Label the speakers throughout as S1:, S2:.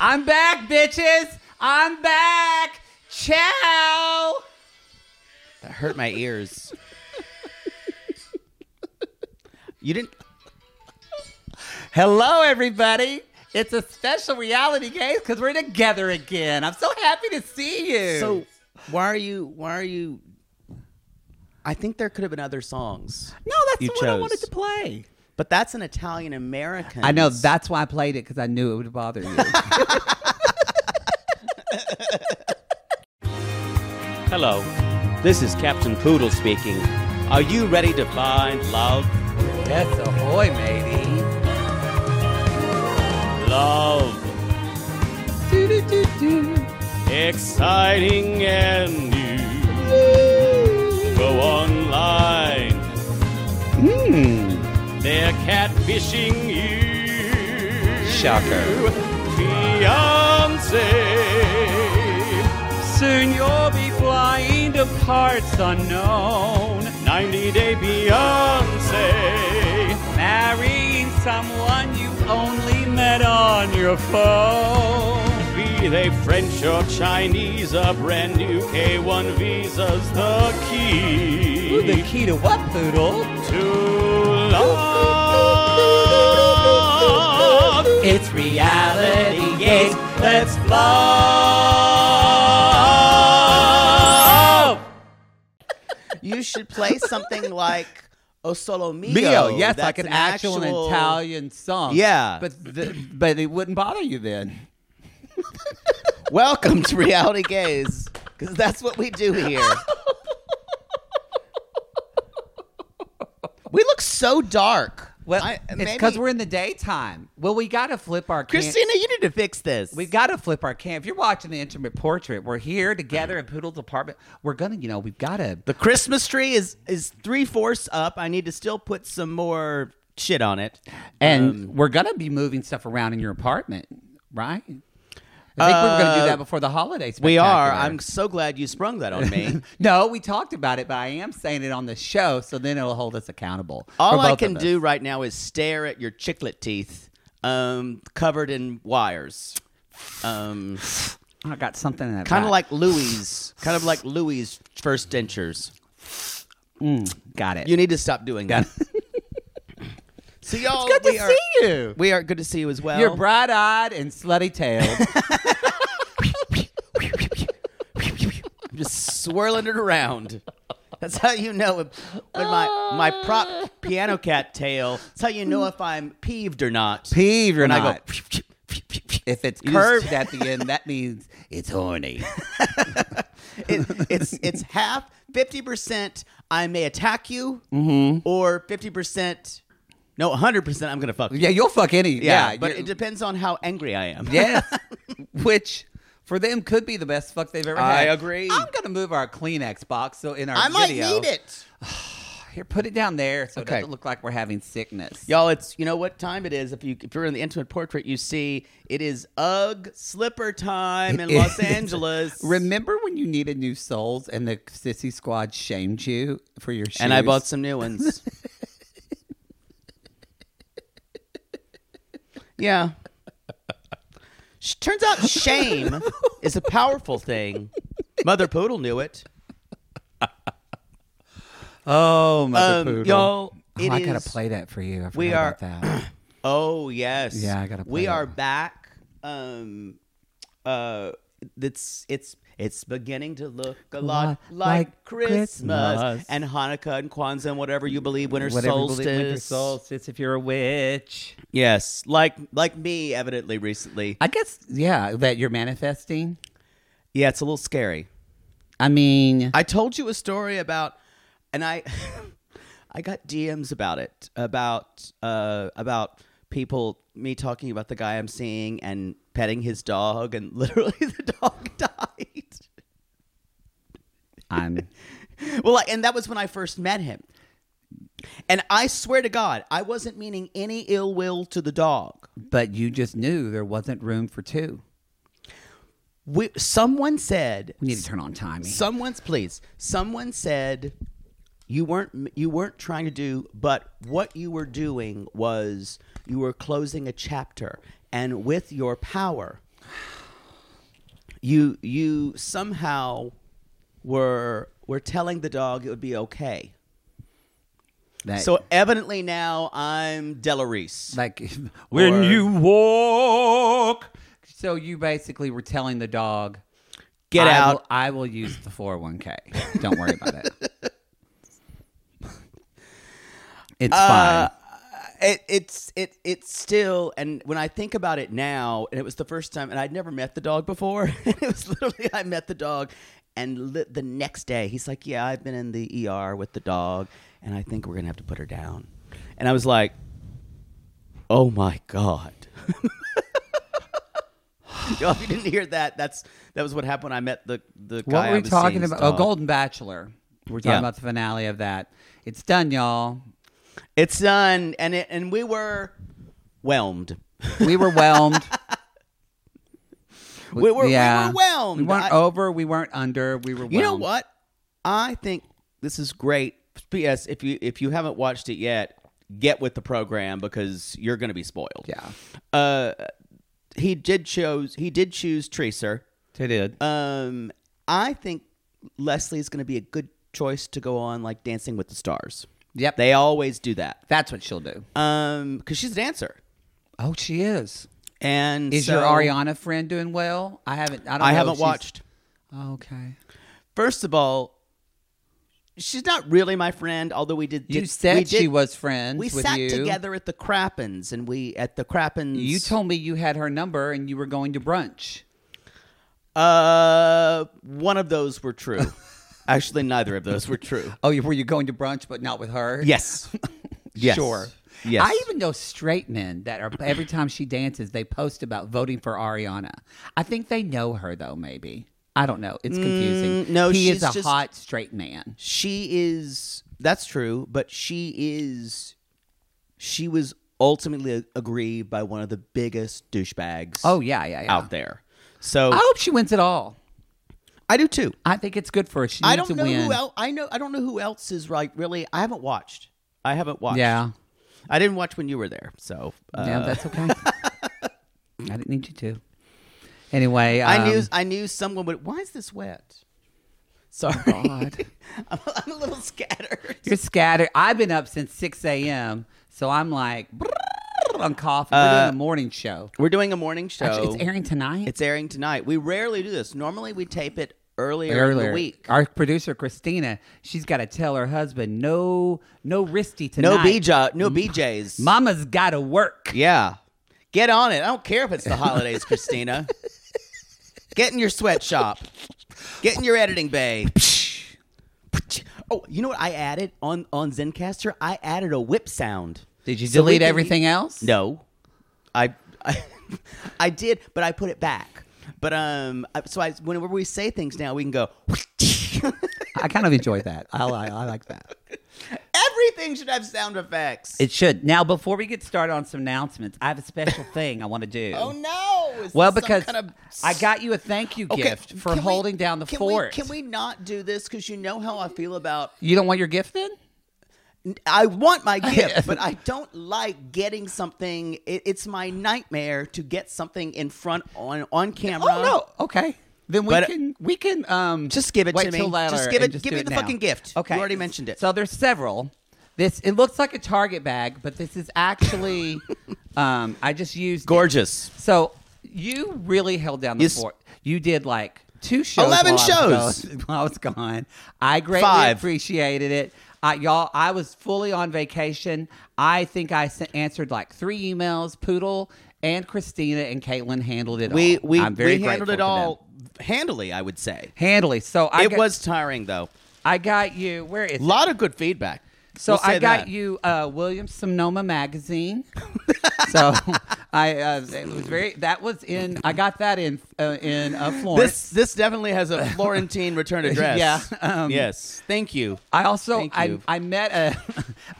S1: I'm back, bitches. I'm back. Ciao. That hurt my ears. you didn't. Hello, everybody. It's a special reality, guys, because we're together again. I'm so happy to see you.
S2: So why are you? Why are you? I think there could have been other songs.
S1: no, that's
S2: you
S1: the one I wanted
S2: chose.
S1: to play.
S2: But that's an Italian American.
S1: I know that's why I played it because I knew it would bother you.
S3: Hello, this is Captain Poodle speaking. Are you ready to find love?
S1: that's ahoy, matey.
S3: Love. Exciting and new. Go online. Hmm. They're catfishing you.
S2: Shocker.
S3: Fiance. Soon you'll be flying to parts unknown. 90 Day Beyonce. Marrying someone you only met on your phone. Be they French or Chinese, a brand new K1 visa's the key.
S1: The key to what, poodle?
S3: to love.
S1: It's reality
S3: Yes, let's love.
S2: You should play something like O Solo Mio.
S1: Mio, yes,
S2: That's
S1: like an, actual, Italian song.
S2: Yeah.
S1: but the, but it wouldn't bother you then.
S2: Welcome to Reality Gaze, because that's what we do here. we look so dark.
S1: Well,
S2: I-
S1: it's
S2: maybe-
S1: because we're in the daytime. Well, we got to flip our can-
S2: Christina, you need to fix this.
S1: We've got to flip our can. If you're watching the intimate portrait, we're here together in Poodle's apartment. We're gonna, you know, we've got to.
S2: The Christmas tree is is three fourths up. I need to still put some more shit on it.
S1: And
S2: Um,
S1: we're gonna be moving stuff around in your apartment, right? I think we were gonna do that before the holidays.
S2: Uh, We are. I'm so glad you sprung that on me.
S1: No, we talked about it, but I am saying it on the show, so then it'll hold us accountable.
S2: All
S1: for
S2: I
S1: both
S2: can
S1: of us.
S2: do right now is stare at your chiclet teeth, um, covered in wires. Um,
S1: I got something in that.
S2: kind of
S1: back.
S2: like Louis, kind of like Louis' first dentures.
S1: got it.
S2: You need to stop doing that. so y'all,
S1: good
S2: we
S1: to
S2: are,
S1: see you.
S2: We are good to see you as well.
S1: You're bright eyed and slutty tailed.
S2: I'm just swirling it around. That's how you know if, when my my prop piano cat tail. That's how you know if I'm peeved or not.
S1: Peeve, you're
S2: When I go,
S1: not. if it's
S2: You
S1: curved
S2: just-
S1: at the end, that means it's horny.
S2: It, it's it's half fifty percent. I may attack you, or fifty percent. No, hundred percent. I'm gonna fuck. you.
S1: yeah, you'll fuck any. Yeah,
S2: yeah, but
S1: you-
S2: it depends on how angry I am.
S1: Yes. Which for them could be the best fuck they've ever
S2: I
S1: had.
S2: agree.
S1: I'm gonna move our Kleenex box so in our
S2: I might
S1: video-
S2: need it.
S1: Here, put it down there so it
S2: Okay.
S1: doesn't look like we're having sickness.
S2: Y'all, it's you know what time it is. If you if you're in the intimate portrait, you see it is UGG slipper time in Los Angeles.
S1: Remember when you needed new souls and the sissy squad shamed you for your shoes?
S2: and I bought some new ones. yeah. Sh- Turns out shame is a powerful thing. Mother Poodle knew it.
S1: Oh, mother
S2: Um,
S1: poodle.
S2: y'all,
S1: Oh,
S2: it
S1: I gotta
S2: is-
S1: play that for you. I forgot
S2: we
S1: about that.
S2: Oh yes.
S1: Yeah, I gotta play
S2: We
S1: it.
S2: are back. Um, uh, it's it's it's beginning to look a lot,
S1: lot
S2: like,
S1: like
S2: Christmas,
S1: Christmas.
S2: and Hanukkah and Kwanzaa and whatever you believe, winter
S1: Whatever you
S2: solstice.
S1: believe, winter solstice. If you're a witch,
S2: Yes, like like me, evidently recently.
S1: I guess. Yeah, that you're manifesting.
S2: yeah, it's a little scary.
S1: I mean,
S2: I told you a story about, and I, I got DMs about it about uh, about people me talking about the guy I'm seeing and petting his dog, and literally the dog died.
S1: I'm.
S2: Well, like, and that was when I first met him, and I swear to God, I wasn't meaning any ill will to the dog.
S1: But you just knew there wasn't room for two.
S2: We, someone said
S1: We need to turn on timing.
S2: Someone's please. Someone said you weren't you weren't trying to do, but what you were doing was you were closing a chapter, and with your power, you you somehow were were telling the dog it would be okay.
S1: That-
S2: So evidently now I'm Delarice.
S1: like
S4: When
S2: Or-
S4: you walk.
S1: So you basically were telling the dog,
S2: Get
S1: I
S2: out.
S1: will- I will use the 401k. Don't worry about it. It's fine.
S2: it, it's it it's still and when I think about it now, and it was the first time, and I'd never met the dog before. And it was literally I met the dog, and li- the next day he's like, "Yeah, I've been in the ER with the dog, and I think we're gonna have to put her down." And I was like, "Oh my god." Y'all, if you didn't hear that, that's that was what happened when I met the the guy.
S1: What
S2: I
S1: were we
S2: was
S1: talking
S2: seeing's
S1: about?
S2: dog.
S1: Oh, Golden Bachelor. We're talking
S2: Yeah.
S1: about the finale of that. It's done, y'all.
S2: It's done, and it and we were whelmed.
S1: We were whelmed.
S2: We were, we
S1: yeah.
S2: were whelmed.
S1: We weren't
S2: I-
S1: over. We weren't under. We were. Whelmed.
S2: You know what? I think this is great. P.S. If you if you haven't watched it yet, get with the program because you're going to be spoiled.
S1: Yeah.
S2: Uh, he did chose he did choose Tracer.
S1: They did.
S2: Um, I think Leslie is going to be a good choice to go on like Dancing with the Stars.
S1: Yep.
S2: They always do that.
S1: That's what she'll do.
S2: Um, because she's a dancer.
S1: Oh, she is.
S2: And
S1: Is
S2: so-
S1: your Ariana friend doing well? I haven't. I don't.
S2: I
S1: know
S2: haven't
S1: if she's-
S2: watched.
S1: Oh, okay.
S2: First of all, she's not really my friend. Although we did,
S1: You
S2: did-
S1: said
S2: we
S1: she
S2: did-
S1: was friends
S2: We
S1: with
S2: sat
S1: you.
S2: together at the Crappens, and we at the Crappens.
S1: You told me you had her number and you were going to brunch.
S2: uh, one of those were true. Actually, neither of those were true.
S1: Oh, you- were you going to brunch but not with her?
S2: Yes, yes,
S1: Sure.
S2: Yes,
S1: I even know straight men that are every time she dances, they post about voting for Ariana. I think they know her though, maybe. I don't know. It's confusing.
S2: Mm, no,
S1: he
S2: she's
S1: is a
S2: just-
S1: hot straight man.
S2: she is. That's true, but she is. She was ultimately aggrieved by one of the biggest douchebags.
S1: Oh yeah, yeah, yeah.
S2: out there. So
S1: I hope she wins it all.
S2: I do too.
S1: I think it's good for her. She needs
S2: I don't
S1: to
S2: know
S1: win.
S2: who else. I know. I don't know who else is like really. I haven't watched. I haven't watched.
S1: Yeah,
S2: I didn't watch when you were there. So uh,
S1: yeah, that's okay. I didn't need you to. Anyway,
S2: I knew.
S1: um,
S2: I knew someone would. Why is this wet? Sorry,
S1: Oh, God.
S2: I'm, I'm a little scattered.
S1: You're scattered. I've been up since 6 a.m., so I'm like, brrrr, I'm coughing. We're
S2: Uh,
S1: doing a morning show.
S2: We're doing a morning show.
S1: Actually, it's airing tonight.
S2: It's airing tonight. We rarely do this. Normally, we tape it earlier, in
S1: earlier.
S2: the week.
S1: Our producer Christina, she's got to tell her husband no, no wristy
S2: no
S1: tonight. Mm-hmm.
S2: BJ. No BJ's.
S1: Mama's got to work.
S2: yeah, get on it. I don't care if it's the holidays, Christina. get in your sweatshop. Get in your editing bay. Oh, you know what I added on on ZenCaster? I added a whip sound.
S1: Did you
S2: So we
S1: delete
S2: can-
S1: everything else?
S2: No, I, I, I did, but I put it back. But um, I- so I whenever we say things now, we can go.
S1: I kind of enjoy that. I, li- I like that.
S2: Everything should have sound effects.
S1: It should. Now, before we get started on some announcements, I have a special thing I want to do.
S2: oh no! Is
S1: Well,
S2: this some
S1: because
S2: kind of-
S1: I got you a thank you
S2: Okay,
S1: gift for
S2: can we-
S1: holding down the
S2: can we-
S1: fort.
S2: can we not do this? Because you know how I feel about.
S1: You don't want your gift then?
S2: I want my gift, but I don't like getting something. It, it's my nightmare to get something in front on on camera.
S1: Oh no. Okay. Then we
S2: But- uh,
S1: can we can um
S2: Just give it
S1: wait
S2: to me.
S1: till later
S2: Just give
S1: and
S2: it- give
S1: do
S2: me the
S1: now.
S2: fucking gift. You
S1: Okay,
S2: already mentioned it.
S1: So there's several. This it looks like a Target bag, but this is actually um I just used it.
S2: Gorgeous.
S1: So you really held down the
S2: Yes.
S1: fort. You did like two shows,
S2: 11
S1: while I was
S2: shows.
S1: gone- while I was gone. I greatly
S2: Five.
S1: appreciated it. I, y'all, I was fully on vacation. I think I sent, answered like three emails. Poodle and Christina and Caitlin handled it
S2: We
S1: all.
S2: we,
S1: Oh, I'm very
S2: we handled
S1: grateful
S2: it
S1: to them.
S2: all handily, I would say.
S1: handily. So I
S2: it
S1: got,
S2: was tiring though.
S1: I got you. Where is
S2: A
S1: it?
S2: lot of good feedback.
S1: So
S2: We'll say
S1: I got
S2: that.
S1: you uh, Williams Sonoma magazine. so I uh, it was very that was in I got that in uh, in uh, Florence.
S2: This this definitely has a Florentine return address.
S1: Yeah, um,
S2: yes. Thank you.
S1: I also
S2: Thank
S1: I,
S2: you.
S1: I met a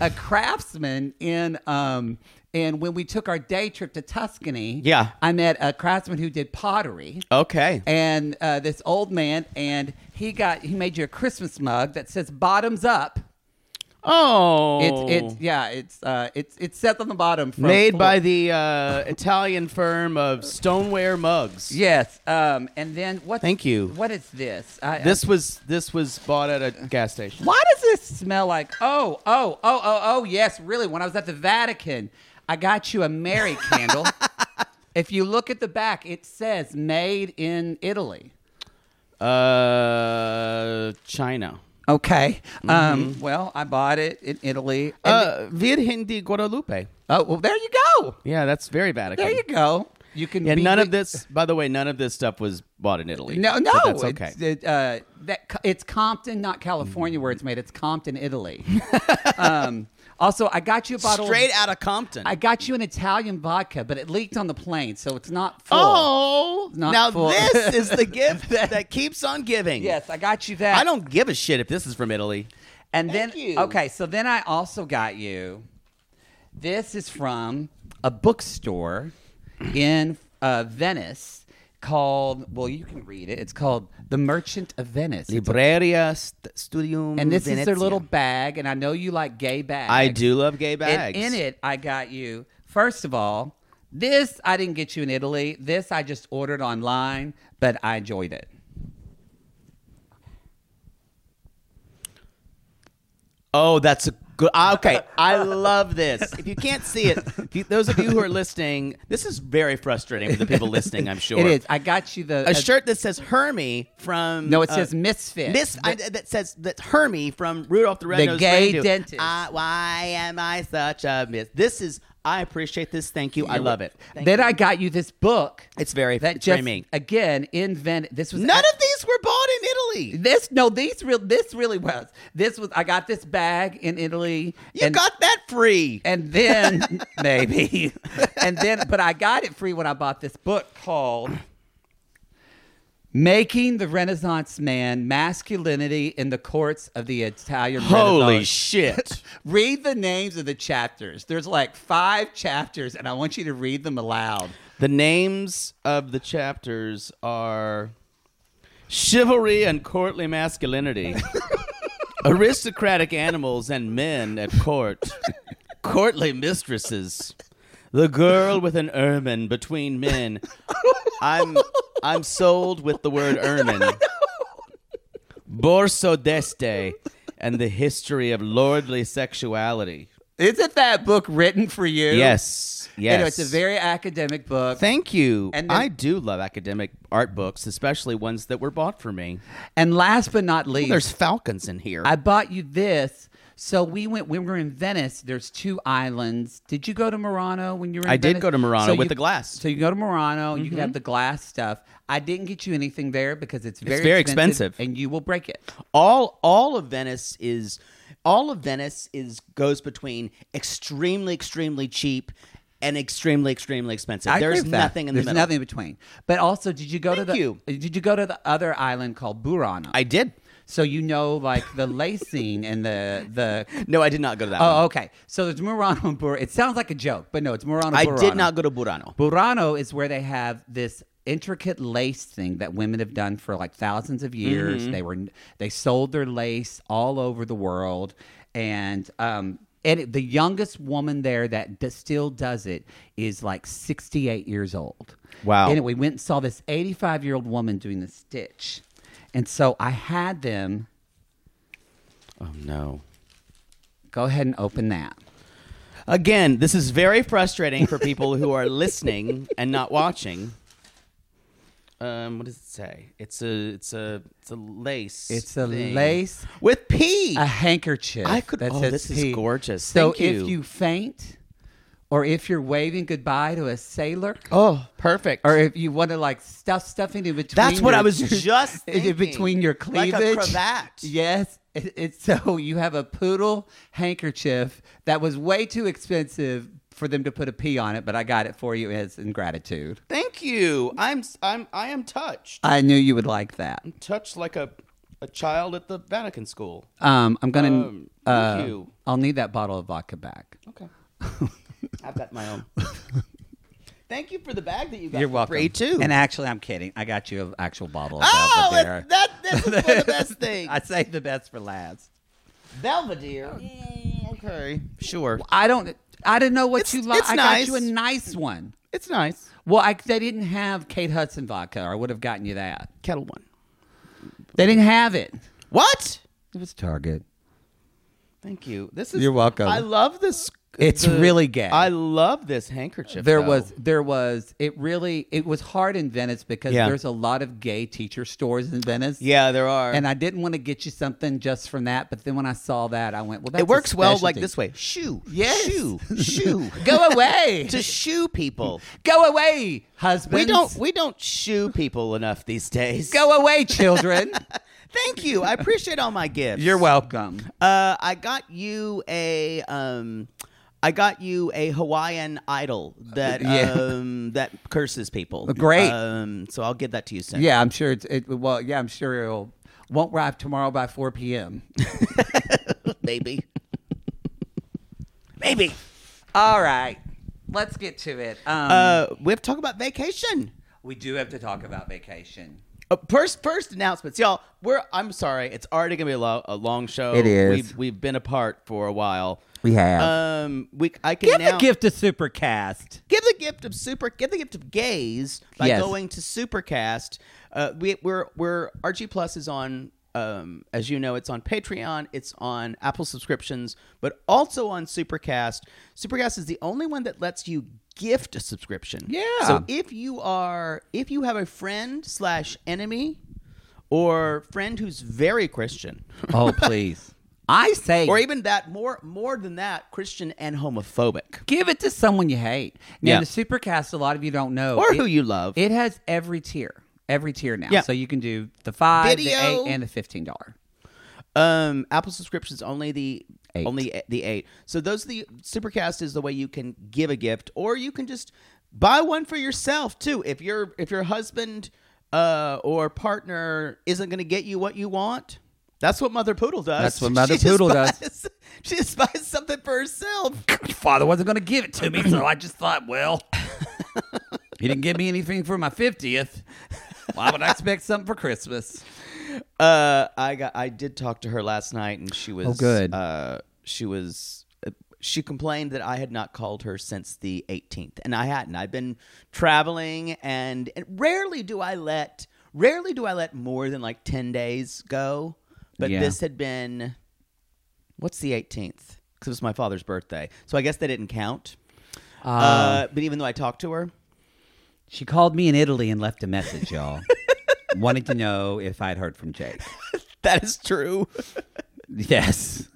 S1: a craftsman in um and when we took our day trip to Tuscany.
S2: Yeah. Oh.
S1: I met a craftsman who did pottery.
S2: Okay.
S1: And uh, this old man, and he got he made you a Christmas mug that says "Bottoms Up."
S2: oh.
S1: It's it's yeah, it's uh, it's it's set on the bottom. From
S2: made by
S1: Flor-
S2: the uh, Italian firm of Stoneware Mugs.
S1: Yes. Um, and then what?
S2: Thank you.
S1: What is this? I,
S2: This was this was bought at a gas station.
S1: Why does this smell like? Oh, oh, oh, oh, oh. Yes, really. When I was at the Vatican, I got you a Mary candle. if you look at the back, it says "Made in Italy."
S2: Uh, China.
S1: Okay. Um, well, I bought it in Italy. And
S2: Mm-hmm. Uh, Virgen de Guadalupe.
S1: oh, well, there you go.
S2: Yeah, that's very Vatican.
S1: There you go. You can.
S2: Yeah,
S1: be
S2: none of
S1: the-
S2: this. By the way, none of this stuff was bought in Italy.
S1: No, no,
S2: But that's okay.
S1: It's, it, uh, that co- it's Compton, not California, where it's made. It's Compton, Italy. um, also, I got you a bottle. of-
S2: Straight out of Compton.
S1: I got you an Italian vodka, but it leaked on the plane, so it's not full.
S2: oh,
S1: Not
S2: now
S1: full.
S2: this is the gift that keeps on giving.
S1: Yes, I got you that.
S2: I don't give a shit if this is from Italy.
S1: And then
S2: Thank you.
S1: okay, so then I also got you. This is from a bookstore in uh, Venice called. Well, you can read it. It's called The Merchant of Venice. It's a-
S2: Libreria St- Studium.
S1: and this is their
S2: Venezia.
S1: little bag, and I know you like gay bags.
S2: I do love gay
S1: And
S2: bags.
S1: in it, I got you. First of all, this I didn't get you in Italy. This I just ordered online, but I enjoyed it.
S2: Oh, that's a good. ah, Okay, I love this. If you can't see it, if you- those of you who are listening, this is very frustrating for the people listening. I'm sure Uh,
S1: It is. I got you the uh,
S2: a shirt that says Hermie from.
S1: No, it
S2: uh,
S1: says Misfit.
S2: Miss I, that says that Hermie from Rudolph the
S1: The
S2: Red-Nosed
S1: gay
S2: Reindeer.
S1: dentist.
S2: I- why am I such a miss? This is. I appreciate this. Thank you. I love it. Thank
S1: then
S2: you.
S1: I got you this book.
S2: It's very
S1: that
S2: it's very
S1: just
S2: me.
S1: again in Venice. This was
S2: None of these were bought in Italy.
S1: this. No, these real. This really was. This was. I got this bag in Italy.
S2: You
S1: and,
S2: got that free.
S1: and then maybe, and then, but I got it free when I bought this book called "Making the Renaissance Man: Masculinity in the Courts of the Italian
S2: Holy
S1: Renaissance."
S2: shit.
S1: Read the names of the chapters. There's like five chapters, and I want you to read them aloud.
S2: The names of the chapters are Chivalry and Courtly Masculinity, Aristocratic Animals and Men at Court, Courtly Mistresses, The Girl with an Ermine Between Men. I'm I'm sold with the word ermine. Borso d'Este and the History of Lordly Sexuality.
S1: Isn't that book written for you?
S2: Yes. Yes.
S1: Anyway, it's a very academic book.
S2: Thank you.
S1: And then-
S2: I do love academic art books, especially ones that were bought for me.
S1: and last but not least,
S2: There's falcons in here.
S1: I bought you this. So we went when we were in Venice. There's two islands. Did you go to Murano when you were? in
S2: I did
S1: Venice?
S2: go to Murano
S1: So
S2: with
S1: you-
S2: the glass.
S1: So you go to Murano, you can have the glass stuff. I didn't get you anything there because it's very
S2: very expensive.
S1: and you will break it.
S2: all all of Venice is all of Venice is goes between extremely extremely cheap and extremely extremely expensive.
S1: I agree
S2: There's
S1: with that.
S2: nothing in the
S1: There's
S2: middle.
S1: nothing in between. But also, did you go to
S2: Thank
S1: the
S2: you.
S1: did you go to the other island called Burano?
S2: I did.
S1: so you know like the lacing and the the
S2: No, I did not go to that. one.
S1: Oh, okay. So there's Murano and Burano. It sounds like a joke, but no, it's Murano.
S2: I
S1: oh, Burano.
S2: did not go to Burano.
S1: Burano is where they have this intricate lace thing that women have done for like thousands of years. They were they sold their lace all over the world, and um, And it- the youngest woman there that d- still does it is like 68 years old.
S2: Wow.
S1: And we went and saw this 85 year old woman doing the stitch. And so I had them
S2: Oh no.
S1: go ahead and open that.
S2: Again, this is very frustrating for people who are listening and not watching. Um, what does it say? It's a, it's a, it's a lace.
S1: It's a
S2: thing.
S1: lace.
S2: with P.
S1: a handkerchief.
S2: I could- oh, this is
S1: P.
S2: gorgeous.
S1: So
S2: Thank you.
S1: if you faint, or if you're waving goodbye to a sailor,
S2: oh, perfect.
S1: or if you want to like stuff stuffing in between,
S2: That's what
S1: your-
S2: I was just
S1: in between your
S2: thinking. Like
S1: cleavage,
S2: a cravat.
S1: Yes, it, it, so you have a poodle handkerchief that was way too expensive for them to put a P on it, but I got it for you as in gratitude.
S2: Thank you. I'm, s- I'm, I am touched.
S1: I knew you would like that.
S2: Touched like a, a child at the Vatican school.
S1: Um, I'm gonna.
S2: Um, thank
S1: uh,
S2: you.
S1: I'll need that bottle of vodka back.
S2: Okay. I've got my own. Thank you for the bag that you got.
S1: You're
S2: for
S1: welcome.
S2: Free too.
S1: And actually, I'm kidding. I got you an actual bottle of
S2: oh,
S1: Belvedere.
S2: it's- that that's one of the best things.
S1: I say the best for last.
S2: Belvedere. Mm, okay. Sure.
S1: I don't. I didn't know what
S2: It's-
S1: you like.
S2: it's
S1: I got you a
S2: nice.
S1: nice one.
S2: It's nice.
S1: Well, I, they didn't have Kate Hudson vodka, or I would have gotten you that.
S2: Kettle one.
S1: They didn't have it.
S2: What?
S1: It was Target.
S2: Thank you. This is
S1: You're welcome.
S2: I love this.
S1: It's really gay.
S2: I love this handkerchief.
S1: There
S2: though.
S1: was, there was. It really, it was hard in Venice because
S2: Yeah.
S1: there's a lot of gay teacher stores in Venice.
S2: Yeah, there are.
S1: And I didn't want to get you something just from that, but then when I saw that, I went, "Well, that's
S2: it
S1: a
S2: works well like
S1: specialty.
S2: this way. Shoo.
S1: Yes.
S2: Shoo. Shoo.
S1: Go away.
S2: to shoo people.
S1: Go away, husbands.
S2: We don't we don't shoo people enough these days.
S1: go away, children.
S2: Thank you. I appreciate all my gifts.
S1: You're welcome.
S2: Uh, I got you a um, I got you a Hawaiian idol that
S1: Yeah.
S2: um that curses people.
S1: Great.
S2: Um, so I'll give that to you soon.
S1: Yeah, I'm sure it's it. Well, yeah, I'm sure it'll won't arrive tomorrow by 4 p.m.
S2: baby. baby.
S1: All right, let's get to it. Um,
S2: Uh, we have to talk about vacation.
S1: we do have to talk about vacation.
S2: Uh, first, first announcements, y'all. We're I'm sorry, it's already gonna be a, lo- a long show.
S1: It is.
S2: We've, we've been apart for a while.
S1: We have.
S2: Um, we I can
S1: Uh, Give
S2: now
S1: the gift to Supercast.
S2: give the gift of super give the gift of gays by
S1: Yes.
S2: going to supercast uh, we, we're we're rg plus is on um, as you know it's on patreon it's on apple subscriptions but also on supercast supercast is the only one that lets you gift a subscription
S1: Yeah.
S2: so if you are if you have a friend slash enemy or friend who's very christian
S1: Oh please, I say,
S2: or even that more more than that christian and homophobic
S1: give it to someone you hate. Now
S2: Yeah.
S1: the Supercast, a lot of you don't know,
S2: or
S1: it-
S2: who you love
S1: It has every tier, every tier now.
S2: Yeah.
S1: So you can do the five,
S2: Video.
S1: the eight, and the fifteen dollar.
S2: Um, Apple subscriptions only the
S1: Eight.
S2: only e, the eight. So those are the Supercast is the way you can give a gift, or you can just buy one for yourself too. If your if your husband uh, or partner isn't going to get you what you want, that's what Mother Poodle does.
S1: That's what Mother
S2: She just
S1: Poodle does.
S2: buys- She just buys something for herself.
S1: Your father wasn't going to give it to me, so I just thought, well, he didn't give me anything for my 50th. Why would I expect something for Christmas?
S2: Uh, I got I did talk to her last night, and she was
S1: Oh, good.
S2: Uh, she was. uh, She complained that I had not called her since the 18th, and I hadn't. I've been traveling, and, and rarely do I let rarely do I let more than like 10 days go. But
S1: Yeah.
S2: this had been what's the 18th? Because it was my father's birthday, so I guess they didn't count.
S1: Ah.
S2: uh, but even though I talked to her,
S1: She called me in Italy and left a message, y'all, wanting to know if I'd heard from Jake.
S2: that is true.
S1: Yes.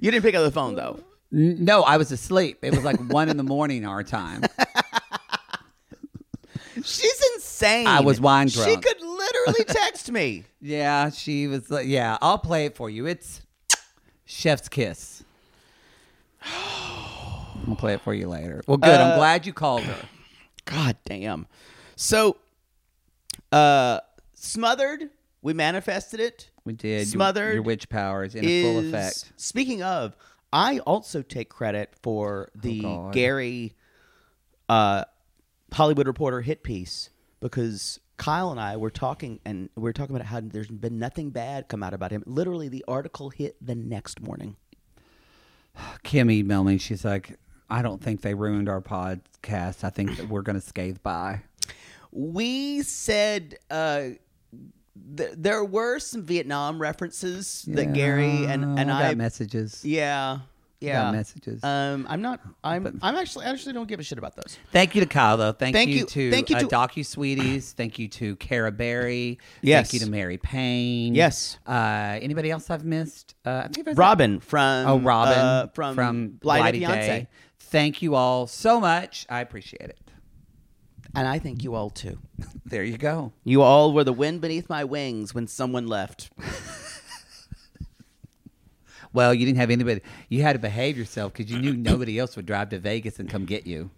S2: you didn't pick up the phone though.
S1: N- No, I was asleep. It was like one in the morning our time.
S2: She's insane.
S1: I was wine
S2: She
S1: drunk.
S2: could literally text me.
S1: Yeah, she was like, yeah, I'll play it for you. It's Chef's Kiss. I'll play it for you later. Well, good. I'm glad you called her.
S2: God damn. So, uh, smothered. We manifested it.
S1: We did. Your-
S2: Smothered
S1: Your witch powers in
S2: is,
S1: full effect.
S2: Speaking of, I also take credit for the
S1: God.
S2: Gary uh, Hollywood Reporter hit piece because Kyle and I were talking and we were talking about how there's been nothing bad come out about him. Literally, the article hit the next morning.
S1: Kim emailed me. She's like, I don't think they ruined our podcast. I think that we're going to scathe by.
S2: we said uh, th- there were some Vietnam references that Gary and and
S1: I
S2: I,
S1: got messages.
S2: yeah yeah
S1: Got messages.
S2: Um, I'm not. I'm. I'm actually. I actually don't give a shit about those.
S1: Thank you to Kyle, though. Thank,
S2: Thank
S1: you,
S2: you-
S1: to,
S2: thank you
S1: uh,
S2: to-
S1: Docu Sweeties. Thank you to Cara Berry.
S2: Yes.
S1: Thank you to Mary Payne.
S2: Yes.
S1: Uh, anybody else I've missed? Uh, I think I've-
S2: Robin from
S1: Oh, Robin
S2: uh, from Blighted Beyonce.
S1: Day. Thank you all so much. I appreciate it.
S2: and I think you all too.
S1: There you go.
S2: You all were the wind beneath my wings when someone left.
S1: Well, you didn't have anybody. You had to behave yourself because you knew nobody else would drive to Vegas and come get you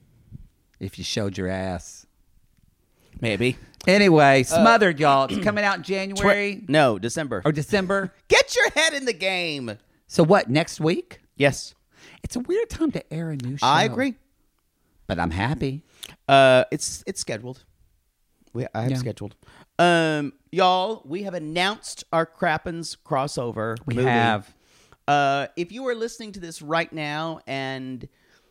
S1: if you showed your ass.
S2: Maybe
S1: Anyway,
S2: Uh,
S1: smothered y'all. It's coming out in January
S2: no December.
S1: or December.
S2: Get your head in the game.
S1: So what? Next week?
S2: Yes,
S1: It's a weird time to air a new show.
S2: I agree.
S1: but I'm happy.
S2: Uh, it's it's scheduled. We I have
S1: Yeah.
S2: scheduled. Um, y'all, we have announced our Crappens crossover.
S1: We
S2: movie.
S1: have.
S2: Uh, if you are listening to this right now and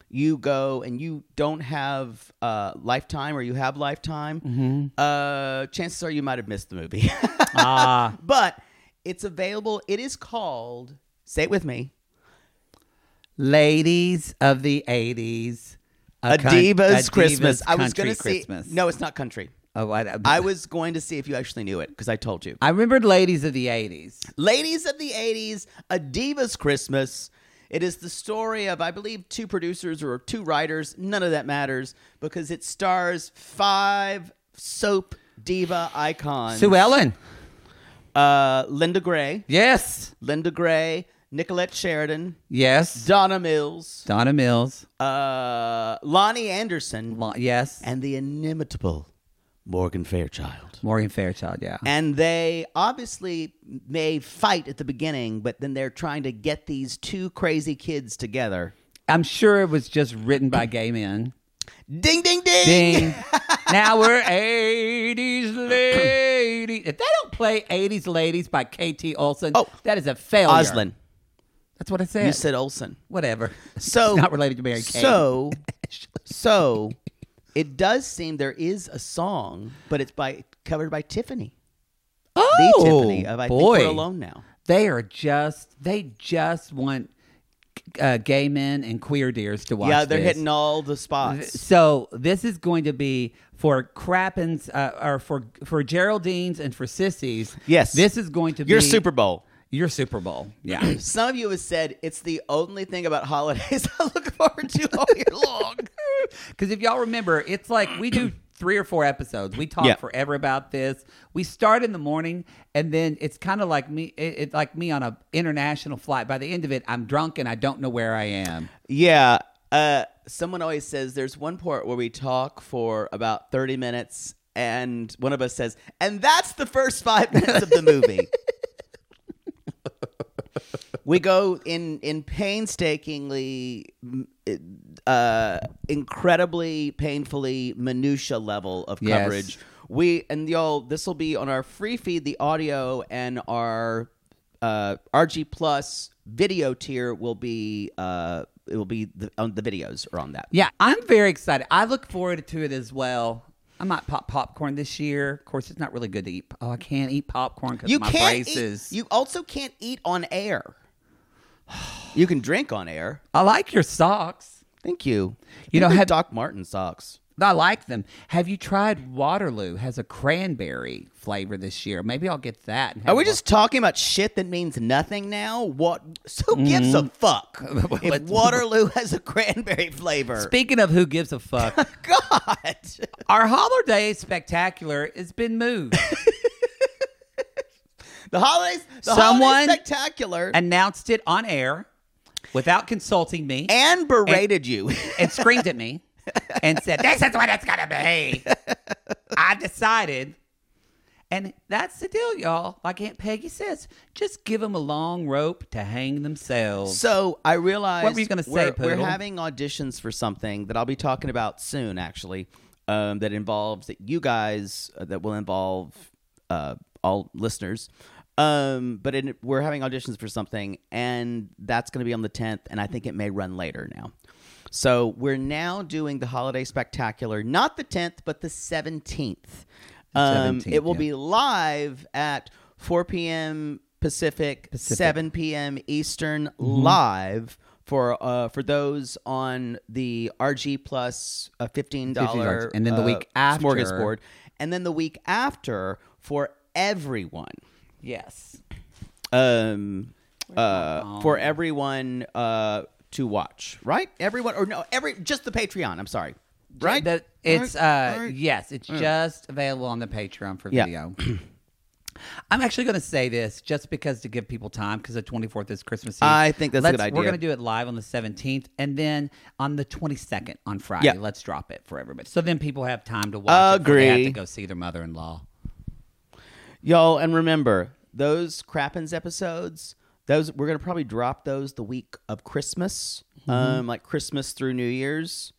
S2: you go and you don't have uh, Lifetime or you have Lifetime,
S1: Mm-hmm.
S2: uh, chances are you might have missed the movie.
S1: Ah.
S2: but it's available. It is called. Say it with me.
S1: Ladies of the 80s.
S2: A
S1: coun-
S2: Diva's Christmas. I was
S1: country
S2: going to see.
S1: Christmas.
S2: No, it's not country.
S1: Oh, I,
S2: I was going to see if you actually knew it because I told you.
S1: I remembered Ladies of the 80s.
S2: Ladies of the 80s, A Diva's Christmas. It is the story of, I believe, two producers or two writers. None of that matters because it stars five soap diva icons
S1: Sue Ellen.
S2: uh, Linda Gray,
S1: Yes.
S2: Linda Gray, Nicolette Sheridan,
S1: Yes.
S2: Donna Mills,
S1: Donna Mills.
S2: uh, Lonnie Anderson,
S1: Lo- yes.
S2: and the inimitable Morgan Fairchild.
S1: Morgan Fairchild, yeah.
S2: And they obviously may fight at the beginning, but then they're trying to get these two crazy kids together.
S1: I'm sure it was just written by gay men.
S2: Ding, ding, ding.
S1: Ding. now we're 80s ladies. If they don't play 80s ladies by KT Olsen,
S2: Oh.
S1: that is a failure.
S2: Oslin.
S1: That's what I said.
S2: You said Olson.
S1: Whatever.
S2: So
S1: It's not related to Mary Kay.
S2: So, so it does seem there is a song, but it's by covered by Tiffany.
S1: oh,
S2: The Tiffany of I
S1: boy.
S2: Think We're Alone Now.
S1: They are just, they just want uh, gay men and queer deers to watch
S2: yeah, they're
S1: this.
S2: hitting all the spots.
S1: So this is going to be for Crappins, uh, or for for Geraldines and for sissies.
S2: Yes.
S1: this is going to be
S2: Your Super Bowl.
S1: Your Super Bowl. Yeah.
S2: Some of you have said it's the only thing about holidays I look forward to all year long.
S1: Because if y'all remember, it's like we do three or four episodes. We talk
S2: Yeah.
S1: forever about this. We start in the morning, and then it's kind of like me. It, it like me on a international flight. By the end of it, I'm drunk and I don't know where I am.
S2: Yeah. Uh, someone always says there's one part where we talk for about 30 minutes, and one of us says, and that's the first five minutes of the movie. we go in, in painstakingly, m- uh, incredibly painfully minutia level of
S1: Yes.
S2: coverage. We and y'all, this will be on our free feed. The audio and our uh, RG Plus video tier will be uh, it will be the, on the videos are on that.
S1: Yeah, I'm very excited. I look forward to it as well. I might pop popcorn this year. Of course, it's not really good to eat. Oh, I can't eat popcorn because
S2: You
S1: my
S2: can't. Eat,
S1: braces.
S2: you also can't eat on air. You can drink on air.
S1: I like your socks.
S2: Thank you.
S1: You know,
S2: They're
S1: have-
S2: Doc Martin socks.
S1: I like them. Have you tried Waterloo? Has a cranberry flavor this year. Maybe I'll get that. and have
S2: Are we
S1: one.
S2: just talking about shit that means nothing now? What? So who gives
S1: Mm-hmm.
S2: a fuck if Waterloo has a cranberry flavor?
S1: Speaking of who gives a fuck,
S2: God,
S1: our holiday spectacular has been moved.
S2: the holidays. The
S1: Someone-
S2: holidays spectacular and,
S1: Announced it on air without consulting me
S2: berated you.
S1: and screamed at me and said, This is what it's going to be. I've decided. And that's the deal, y'all. Like Aunt Peggy says, just give them a long rope to hang themselves.
S2: so I realized
S1: What were you gonna say,
S2: we're- we're,
S1: Poodle?
S2: having auditions for something that I'll be talking about soon. Actually, um, that involves that you guys uh, that will involve uh, all listeners. Um, but it, we're having auditions for something, and that's going to be on the 10th, and I think it may run later now. So we're now doing the holiday spectacular, not the 10th, but the 17th. Um,
S1: 17th,
S2: it will
S1: yeah.
S2: be live at 4 p.m. Pacific, 7 p.m. Eastern,
S1: Mm-hmm.
S2: live for uh, for those on the RG Plus uh, $15
S1: $15. And then the week
S2: uh,
S1: after-
S2: smorgasbord, and then the week after for everyone
S1: Yes.
S2: um uh for everyone uh to watch right everyone or no every just the patreon i'm sorry right
S1: That it's
S2: Right,
S1: uh
S2: right.
S1: yes, it's just available on the Patreon for
S2: Yeah.
S1: video. I'm actually going to say this just because to give people time because the 24th is Christmas Eve.
S2: I think that's a good
S1: Let's- We're
S2: idea.
S1: going to do it live on the 17th and then on the 22nd on Friday.
S2: Yeah.
S1: Let's drop it for everybody. So then people have time to watch. it before They have
S2: Agree.
S1: to go see their mother-in-law.
S2: y'all and remember those crappins episodes those we're gonna probably drop those the week of christmas
S1: Mm-hmm.
S2: um like christmas through new year's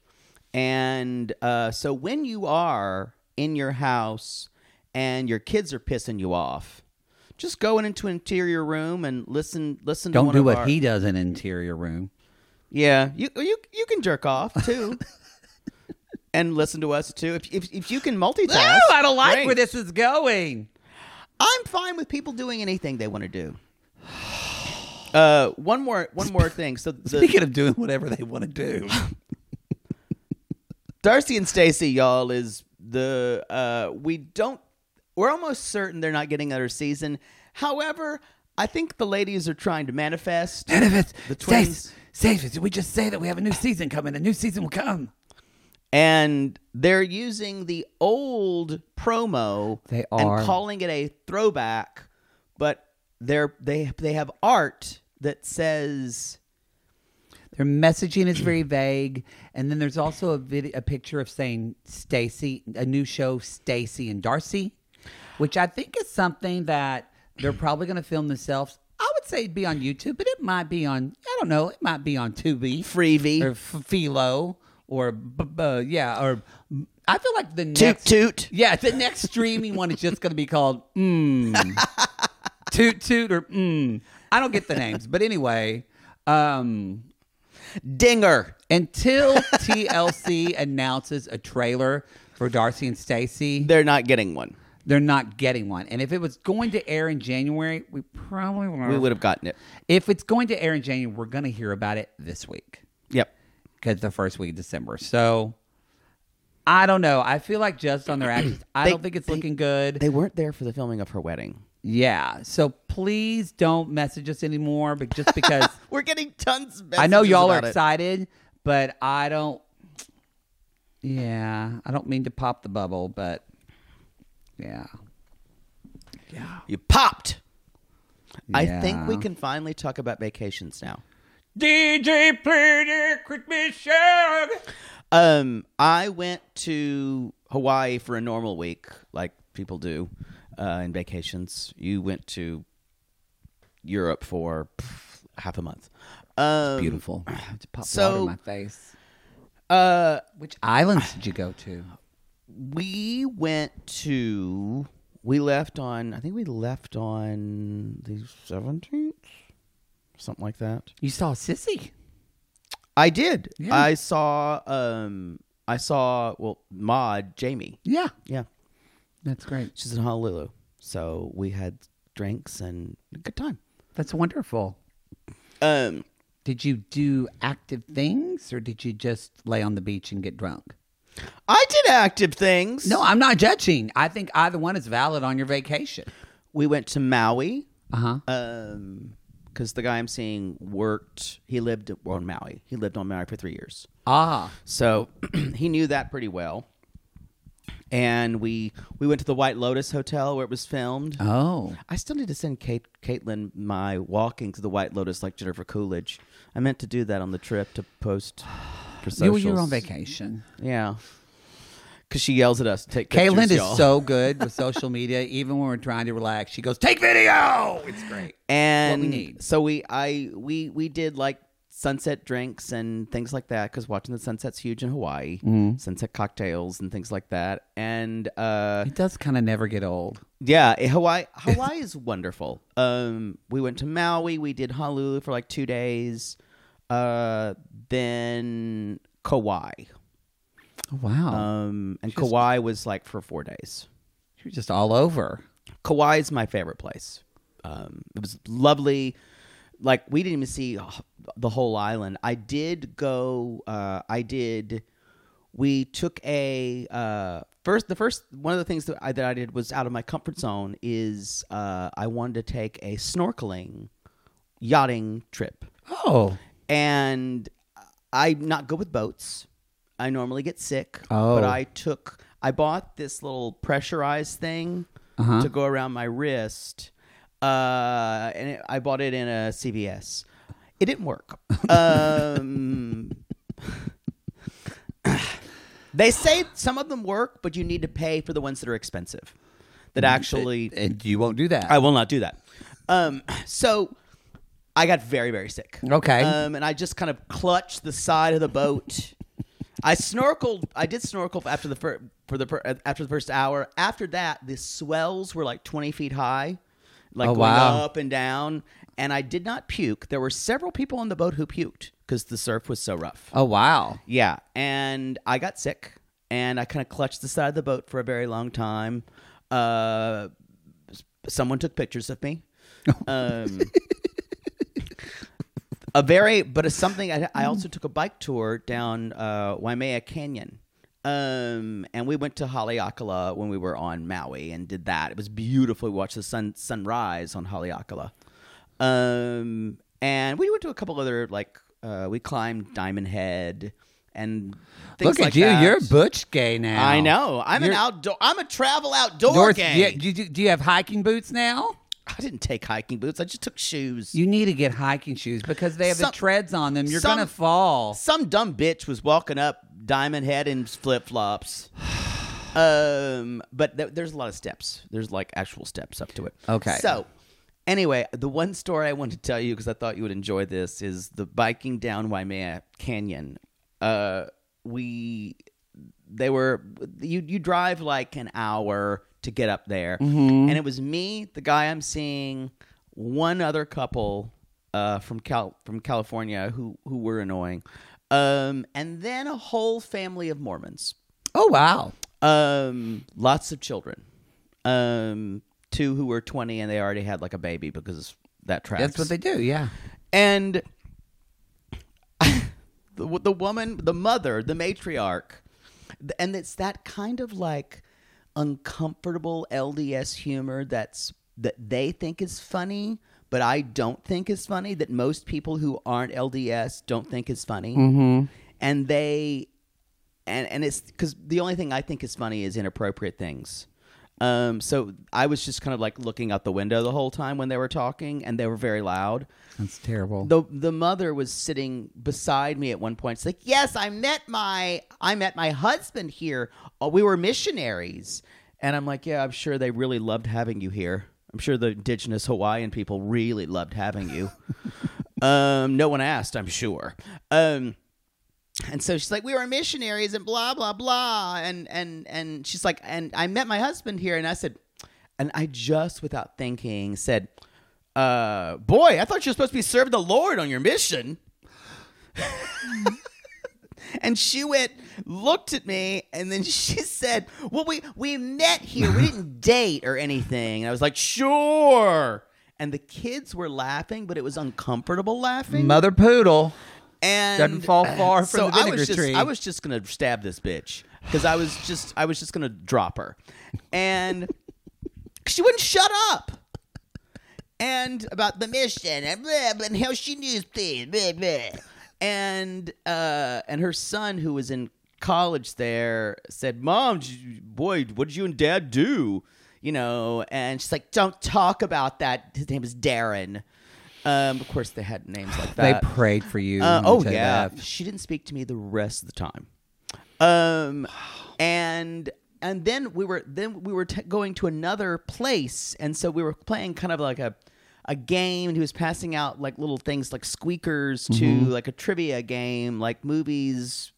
S2: and uh so when you are in your house and your kids are pissing you off just go in into an interior room and listen listen to
S1: Don't
S2: one
S1: do
S2: of
S1: what
S2: our-
S1: he does in an interior room.
S2: Yeah, you you you can jerk off too, and listen to us too. If if, if you can multitask,
S1: Oh, I don't like
S2: great.
S1: where this is going.
S2: I'm fine with people doing anything they want to do. Uh, one more one more thing. So the,
S1: Speaking of doing whatever they want to do.
S2: Darcy and Stacy, y'all, is the uh we don't we're almost certain they're not getting another season. However, I think the ladies are trying to manifest.
S1: Benefits.
S2: The twins.
S1: Safe. Safe. Did we just say that we have a new season coming? A new season will come.
S2: and they're using the old promo
S1: They are.
S2: and calling it a throwback but they're they they have art that says
S1: Their messaging is very vague, and then there's also a video, a picture of saying Stacy, a new show, Stacy and Darcy, which I think is something that they're probably going to film themselves. I would say it'd be on YouTube, but it might be on I don't know, it might be on Tubi,
S2: Freevee.
S1: or F- Philo, or b- b- yeah, or I feel like the
S2: toot
S1: next
S2: toot
S1: yeah, the next streaming one is just going to be called Mmm. toot Toot or Mmm. I don't get the names. But anyway, um,
S2: dinger
S1: until TLC announces a trailer for Darcy and Stacy, they're,
S2: they're not getting one
S1: not getting one. And if it was going to air in January, we probably won't.
S2: we would have gotten it
S1: If it's going to air in January, we're going to hear about it this week
S2: yep
S1: because the first week of December. So. I don't know. I feel like just on their actions, I
S2: They-
S1: don't think it's
S2: they-
S1: looking good.
S2: they weren't there for the filming of her wedding
S1: Yeah. So please don't message us anymore, but just because
S2: we're getting tons of
S1: I know
S2: messages
S1: y'all are
S2: about it.
S1: excited, but I don't. Yeah, I don't mean to pop the bubble, but yeah,
S2: you popped i think
S1: Yeah.
S2: we can finally talk about vacations now
S4: DJ played a Christmas song.
S2: Um, I went to Hawaii for a normal week, like people do, uh, in vacations. You went to Europe for pff, half a month. Um,
S1: beautiful. I have to pop water
S2: So-
S1: in my face.
S2: Uh,
S1: Which islands did you go to?
S2: we went to. We left on. I think we left on the seventeenth, something like that.
S1: You saw Sissy.
S2: I did.
S1: Yeah.
S2: I saw. Um, I saw. Well, Maud, Jamie.
S1: Yeah,
S2: Yeah.
S1: that's great.
S2: She's in Honolulu. So we had drinks and a good time.
S1: That's wonderful.
S2: Um,
S1: Did you do active things, or did you just lay on the beach and get drunk?
S2: I did active things.
S1: No, I'm not judging. I think either one is valid on your vacation.
S2: we went to Maui
S1: Uh huh.
S2: um, because the guy I'm seeing worked. He lived on Maui. He lived on Maui for three years,
S1: Ah,
S2: so he knew that pretty well. And we we went to the White Lotus Hotel where it was filmed.
S1: Oh,
S2: I still need to send Kate, Caitlin my walking to the White Lotus like Jennifer Coolidge. I meant to do that on the trip to post for
S1: you were
S2: socials.
S1: you were on vacation.
S2: Yeah. Because she yells at us to take pictures,
S1: Caitlin is
S2: y'all.
S1: so good with social media. Even when we're trying to relax, she goes, "Take video." It's great.
S2: and
S1: need.
S2: so we I we we did like sunset drinks and things like that because watching the sunset's huge in Hawaii.
S1: Mm-hmm.
S2: Sunset cocktails and things like that. And uh,
S1: It does kind of never get old.
S2: yeah, eh, Hawaii. Hawaii is wonderful. Um, we went to Maui. We did Honolulu for like two days. Uh, then Kauai.
S1: Oh, wow.
S2: Um, and Kauai was like for four days.
S1: You're just all over.
S2: Kauai is my favorite place. Um, it was lovely. Like we didn't even see h- the whole island. I did go. Uh, I did. We took a uh, first. The first one of the things that I, that I did was out of my comfort zone is uh, I wanted to take a snorkeling, yachting trip,
S1: Oh.
S2: and I'm not good with boats. I normally get sick,
S1: Oh.
S2: but I took. I bought this little pressurized thing to go around my wrist, uh, and it, I bought it in a CVS. It didn't work. Um, they say some of them work, but you need to pay for the ones that are expensive. That actually,
S1: And you won't do that.
S2: I will not do that. Um, so I got very, very sick.
S1: Okay.
S2: Um, and I just kind of clutched the side of the boat. I snorkeled. I did snorkel after the fir- for the fir- after the first hour. After that, the swells were like twenty feet high, like
S1: Oh,
S2: going
S1: wow.
S2: up and down. And I did not puke. There were several people on the boat who puked because the surf was so rough.
S1: oh, wow.
S2: Yeah, and I got sick, and I kind of clutched the side of the boat for a very long time. Uh, s- someone took pictures of me. Um, a very, but it's something. I, I also took a bike tour down uh, Waimea Canyon, um, and we went to Haleakala when we were on Maui and did that. It was beautiful. We watched the sun sunrise on Haleakala. Um, and we went to a couple other like uh, we climbed Diamond Head and things
S1: Look at
S2: like
S1: you.
S2: that.
S1: You're a butch gay now.
S2: I know. I'm
S1: You're-
S2: an outdoor. I'm a travel outdoor
S1: Dorothy,
S2: gay.
S1: yeah, do, you, do you have hiking boots now?
S2: I didn't take hiking boots. I just took shoes.
S1: You need to get hiking shoes because they have the
S2: Some-
S1: treads on them. You're
S2: some-
S1: going to fall.
S2: Some dumb bitch was walking up Diamond Head in flip flops. um, but th- there's a lot of steps. There's like actual steps up to it.
S1: Okay.
S2: So, anyway, the one story I wanted to tell you because I thought you would enjoy this is the biking down Waimea Canyon. Uh, we they were you you drive like an hour to get up there and it was me the guy i'm seeing one other couple uh, from Cal- from california who who were annoying um, and then a whole family of mormons
S1: Oh, wow.
S2: um, lots of children um, two who were 20 and they already had like a baby because that tracks
S1: That's what they do. Yeah.
S2: and the, the woman, the mother, the matriarch, th- and it's that kind of like uncomfortable LDS humor that's that they think is funny, but I don't think is funny. That most people who aren't LDS don't think is funny, mm-hmm. and they and and it's because the only thing I think is funny is inappropriate things. Um, so I was just kind of like looking out the window the whole time when they were talking, and they were very loud.
S1: That's terrible.
S2: The the mother was sitting beside me at one point. She's like, "Yes, I met my I met my husband here. Oh, we were missionaries." And I'm like, "Yeah, I'm sure they really loved having you here. I'm sure the indigenous Hawaiian people really loved having you." um, no one asked, I'm sure. Um, and so she's like, we were missionaries and blah blah blah, and and and she's like, and I met my husband here, and I said, and I just without thinking said, uh, boy, I thought you were supposed to be serving the Lord on your mission. and she went, looked at me, and then she said, well, we we met here, we didn't date or anything, and I was like, sure. And the kids were laughing, but it was uncomfortable laughing.
S1: Mother Poodle.
S2: And
S1: Doesn't fall far from
S2: so
S1: the
S2: I
S1: vinegar
S2: was just,
S1: tree.
S2: I was just gonna stab this bitch because I was just I was just gonna drop her, and she wouldn't shut up. And about the mission and blah blah and how she knew things blah blah, and uh and her son who was in college there said, "Mom, did you- boy, what did you and Dad do?" You know, and she's like, "Don't talk about that." His name is Darren. Um, of course, they had names like
S1: They
S2: that.
S1: prayed for you.
S2: Uh,
S1: let me
S2: oh
S1: tell you
S2: yeah,
S1: that.
S2: she didn't speak to me the rest of the time. Um, and and then we were then we were t- going to another place, and so we were playing kind of like a a game, and he was passing out like little things like squeakers to like a trivia game, like movies,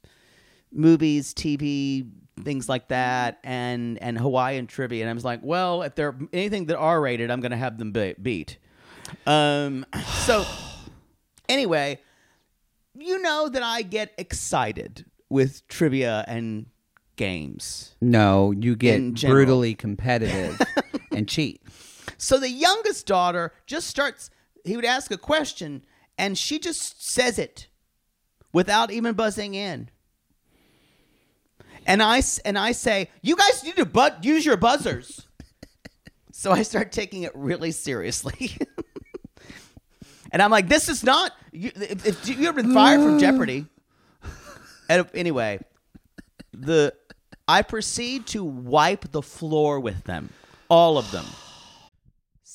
S2: movies, TV, things like that, and and Hawaiian trivia. And I was like, well, if they're anything that R rated, I'm going to have them be- beat. Um, so anyway, you know that I get excited with trivia and games.
S1: No, you
S2: In
S1: get
S2: general.
S1: brutally competitive and cheat.
S2: So the youngest daughter just starts, he would ask a question and she just says it without even buzzing in. And I, s- and I say, you guys need to bu- use your buzzers. so I start taking it really seriously. and I'm like, this is not, you, if, if you have been fired from Jeopardy. And anyway, the, I proceed to wipe the floor with them, all of them.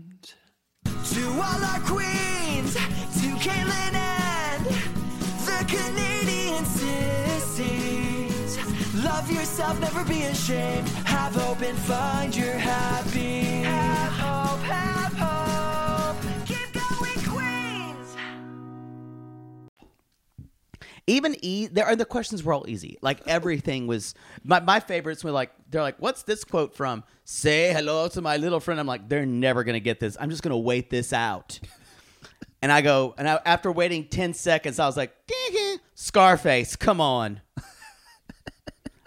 S5: To all our queens, to Caitlin and the Canadian sissies. Love yourself, never be ashamed. Have hope and find your happy. Have hope, have hope. Keep going, queens.
S2: Even e there are the questions were all easy. Like everything was my, my favorites were like they're like, What's this quote from? Say hello to my little friend. I'm like, they're never gonna get this. I'm just gonna wait this out. And I go, and I, after waiting ten seconds, I was like, "Ding-a-ding, Scarface, come on.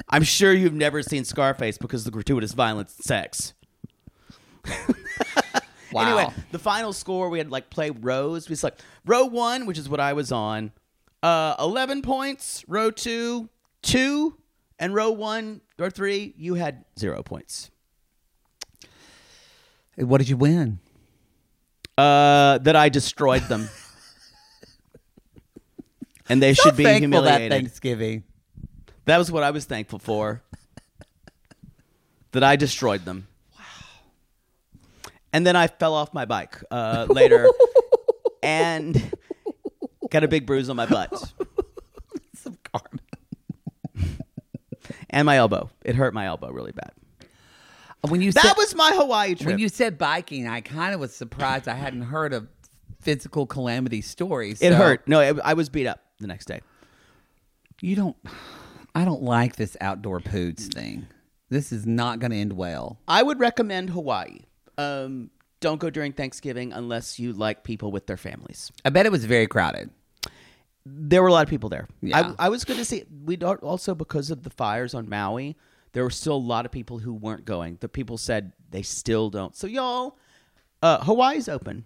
S2: I'm sure you've never seen Scarface because of the gratuitous violence and sex. Anyway, the final score we had like play rows. We select row one, which is what I was on, uh, eleven points. Row two, two, and row one or three, you had zero points.
S1: What did you win?
S2: Uh, that I destroyed them, and they should be
S1: thankful
S2: humiliated.
S1: that Thanksgiving.
S2: that was what I was thankful for. that I destroyed them. Wow. And then I fell off my bike uh, later, and got a big bruise on my butt.
S1: Some karma.
S2: and my elbow. It hurt my elbow really bad.
S1: When you said,
S2: That was my Hawaii trip.
S1: when you said biking, I kind of was surprised I hadn't heard a physical calamity story.
S2: it
S1: so-
S2: hurt. No, it, I was beat up the next day.
S1: You don't. I don't like this outdoor poods thing. This is not going to end well.
S2: I would recommend Hawaii. Um, don't go during Thanksgiving unless you like people with their families.
S1: I bet it was very crowded.
S2: There were a lot of people there.
S1: Yeah.
S2: I, I was going to see. We don't, also because of the fires on Maui, there were still a lot of people who weren't going. The people said they still don't. So y'all, uh, Hawaii's open,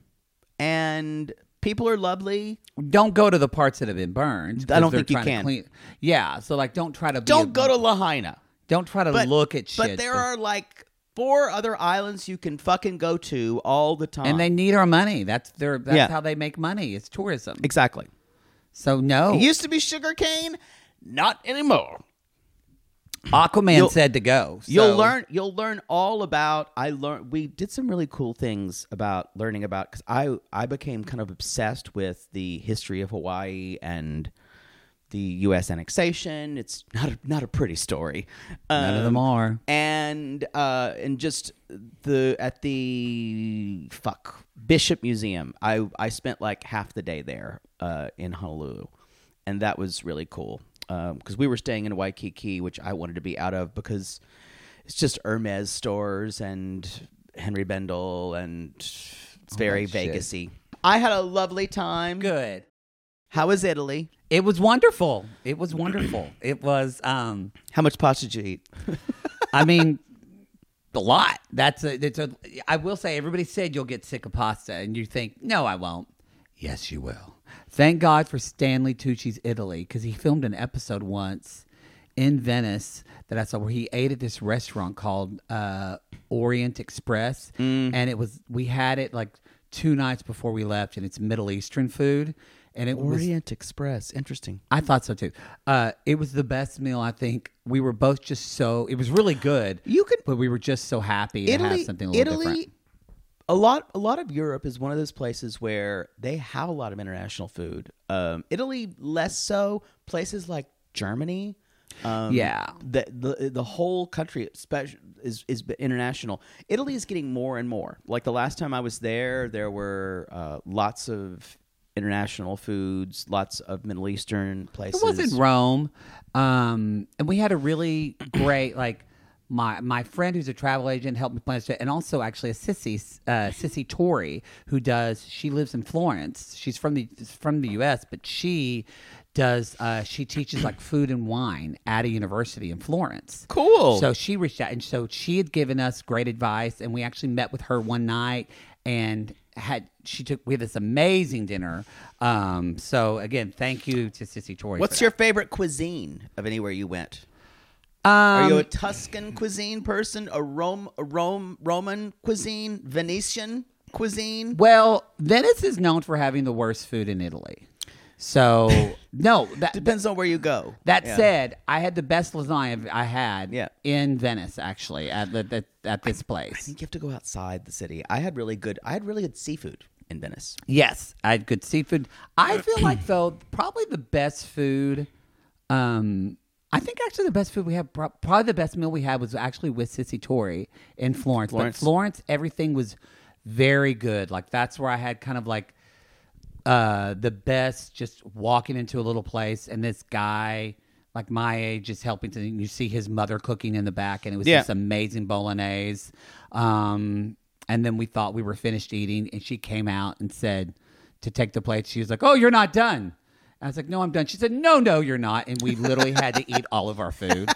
S2: and people are lovely.
S1: Don't go to the parts that have been burned. 'cause
S2: I don't
S1: they're
S2: think you
S1: trying to
S2: can.
S1: Yeah, so like, don't try to be
S2: Don't
S1: a-
S2: go to Lahaina.
S1: Don't try to look at shit.
S2: But there are like four other islands you can fucking go to all the time.
S1: and they need our money. That's their. That's
S2: uh, Yeah.
S1: how they make money. It's tourism.
S2: exactly.
S1: So no,
S2: Oh. It used to be sugarcane, not anymore.
S1: Aquaman
S2: You'll-
S1: said to go. so-
S2: You'll learn. You'll learn all about. I learned. We did some really cool things about learning about because I I became kind of obsessed with the history of Hawaii and the U.S. annexation. It's not a, not a pretty story. Um,
S1: None
S2: uh,
S1: of them are.
S2: and uh, and just the at the fuck Bishop Museum. I I spent like half the day there uh, in Honolulu, and that was really cool because we were staying in Waikiki, which I wanted to be out of because it's just Hermes stores and Henry Bendel, and it's very
S1: that shit.
S2: Vegasy. I had a lovely time.
S1: Good.
S2: How was Italy?
S1: It was wonderful. It was wonderful. it was. Um,
S2: How much pasta did you eat?
S1: I mean, a lot. That's a. It's a. I will say, everybody said you'll get sick of pasta, and you think, no, I won't. Yes, you will. Thank God for Stanley Tucci's Italy, because he filmed an episode once in Venice that I saw where he ate at this restaurant called uh, Orient Express, and it was we had it like two nights before we left, and it's Middle Eastern food, and it was
S2: Orient Express. Interesting.
S1: I thought so too. Uh, it was the best meal. I think we were both just so. It was really good.
S2: You could-
S1: but we were just so happy to have something a little
S2: Italy,
S1: different.
S2: a lot, a lot of Europe is one of those places where they have a lot of international food. Um, Italy, less so. Places like Germany, um,
S1: Yeah.
S2: the, the the whole country especially is is international. Italy is getting more and more. Like the last time I was there, there were uh, lots of international foods, lots of Middle Eastern places.
S1: It wasn't Rome, um, and we had a really great like. My, my friend who's a travel agent helped me plan this trip, and also actually a sissy uh, sissy Tori who does she lives in Florence. She's from the from the U.S., but she does uh, she teaches like food and wine at a university in Florence.
S2: Cool.
S1: So Oh, she reached out, and so she had given us great advice, and we actually met with her one night and had she took we had this amazing dinner. Um, so again, thank you to Sissy Tori.
S2: What's
S1: for
S2: your favorite cuisine of anywhere you went?
S1: that. um,
S2: Are you a Tuscan cuisine person? A Rome, a Rome, Roman cuisine? Venetian cuisine?
S1: well? Venice is known for having the worst food in Italy. So no, that
S2: Depends on where you go.
S1: That
S2: Yeah.
S1: said, I had the best lasagna I had
S2: Yeah.
S1: in Venice actually at the, the at this place.
S2: you have to go outside the city. I had really good. I had really good seafood in Venice.
S1: Yes, I had good seafood. I feel like though probably the best food. Um, I think actually the best food we had, prob- probably the best meal we had was actually with Sissy Tori in Florence.
S2: Florence.
S1: But Florence, everything was very good. Like that's where I had kind of like uh the best just walking into a little place and this guy like my age is helping to you see his mother cooking in the back and it was
S2: Yeah.
S1: this amazing bolognese um and then we thought we were finished eating and she came out and said to take the plate she was like oh you're not done i was like no i'm done she said no no you're not and we literally had to eat all of our food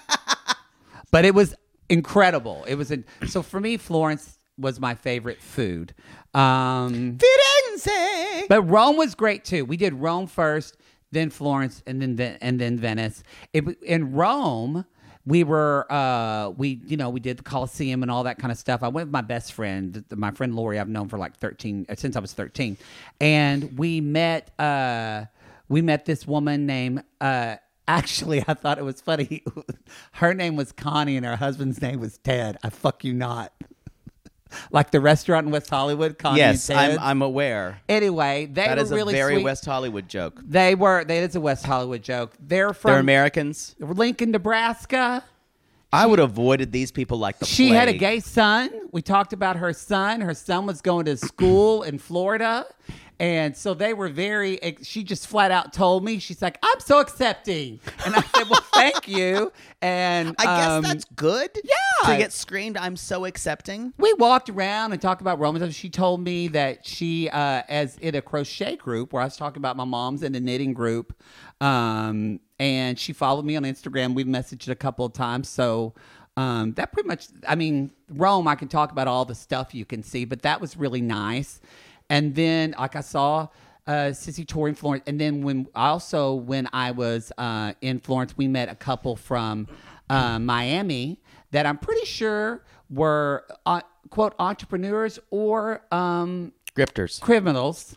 S1: but it was incredible it was a, so for me florence was my favorite food um
S2: Firenze.
S1: but Rome was great too. We did Rome first, then Florence, and then Ven- and then Venice. It, w- in Rome, we were uh, we you know we did the Colosseum and all that kind of stuff. I went with my best friend, th- my friend Lori. I've known for like thirteen uh, since I was thirteen, and we met uh, we met this woman named. Uh, Actually, I thought it was funny. her name was Connie and her husband's name was Ted. I fuck you not. like the restaurant in West Hollywood, Connie
S2: Yes,
S1: and Ted.
S2: I'm. I'm aware.
S1: Anyway, they
S2: That
S1: were
S2: is a
S1: really
S2: very
S1: sweet.
S2: West Hollywood joke.
S1: they were. They, it's a West Hollywood joke. They're from
S2: They're Americans.
S1: Lincoln, Nebraska.
S2: I would have avoided these people like the.
S1: She had a
S2: plague.
S1: gay son. We talked about her son. Her son was going to school in Florida. And so they were very, she just flat out told me, she's like, I'm so accepting. And I said, Well, thank you. And
S2: I guess
S1: um,
S2: that's good.
S1: yeah.
S2: To get screamed, I'm so accepting.
S1: we walked around and talked about Roman stuff. She told me that she, uh, as in a crochet group where I was talking about my mom's in a knitting group, um, and she followed me on Instagram. We've messaged a couple of times, so um, that pretty much. I mean, Rome. I can talk about all the stuff you can see, but that was really nice. And then, like I saw uh, Sissy Tori in Florence, and then when also when I was uh, in Florence, we met a couple from uh, Miami that I'm pretty sure were uh, quote entrepreneurs or um,
S2: Grifters.
S1: criminals,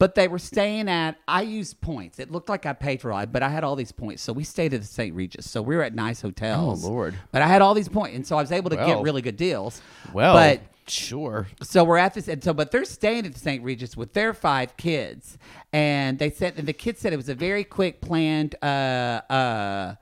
S1: But they were staying at, I used points. It looked like I paid for all, but I had all these points. So we stayed at the St. Regis. So we were at nice hotels.
S2: Oh, Lord.
S1: But I had all these points. And so I was able to
S2: Well.
S1: get really good deals.
S2: Well,
S1: but
S2: sure.
S1: so we're at this, and so but they're staying at the St. Regis with their five kids, and they said, and the kids said it was a very quick planned, uh, uh,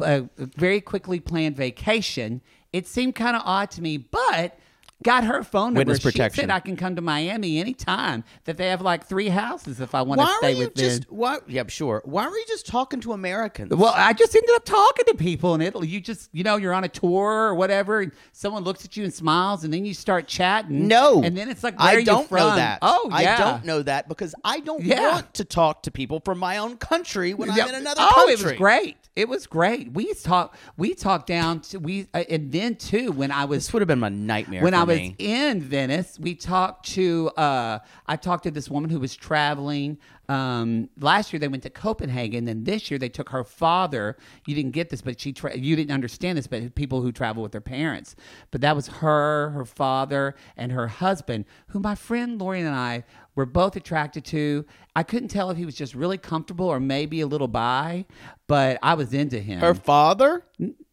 S1: a very quickly planned vacation. It seemed kind of odd to me, but got her phone number.
S2: Witness
S1: She
S2: protection.
S1: said I can come to Miami anytime. That they have like three houses if I want to
S2: Why were
S1: stay
S2: you
S1: with them.
S2: just? Why? Yeah, sure. Why were you just talking to Americans?
S1: Well, I just ended up talking to people in Italy. You just, you know, you're on a tour or whatever, and someone looks at you and smiles, and then you start chatting.
S2: No,
S1: and then it's like, where
S2: I
S1: are you
S2: don't know
S1: from?
S2: that.
S1: Oh, yeah,
S2: I don't know that because I don't
S1: Yeah.
S2: want to talk to people from my own country when
S1: Yeah.
S2: I'm in another
S1: oh,
S2: country.
S1: it was great. It was great. We talked. We talked down to we, uh, and then too when I was
S2: This would have been my nightmare.
S1: when
S2: for
S1: I was
S2: me.
S1: in Venice, we talked to uh, I talked to this woman who was traveling. Um, last year they went to Copenhagen, and this year they took her father. You didn't get this, but she tra- you didn't understand this, but people who travel with their parents. But that was her, her father, and her husband, who my friend Lauren and I were both attracted to. I couldn't tell if he was just really comfortable or maybe a little bi, but I was into him.
S2: her father.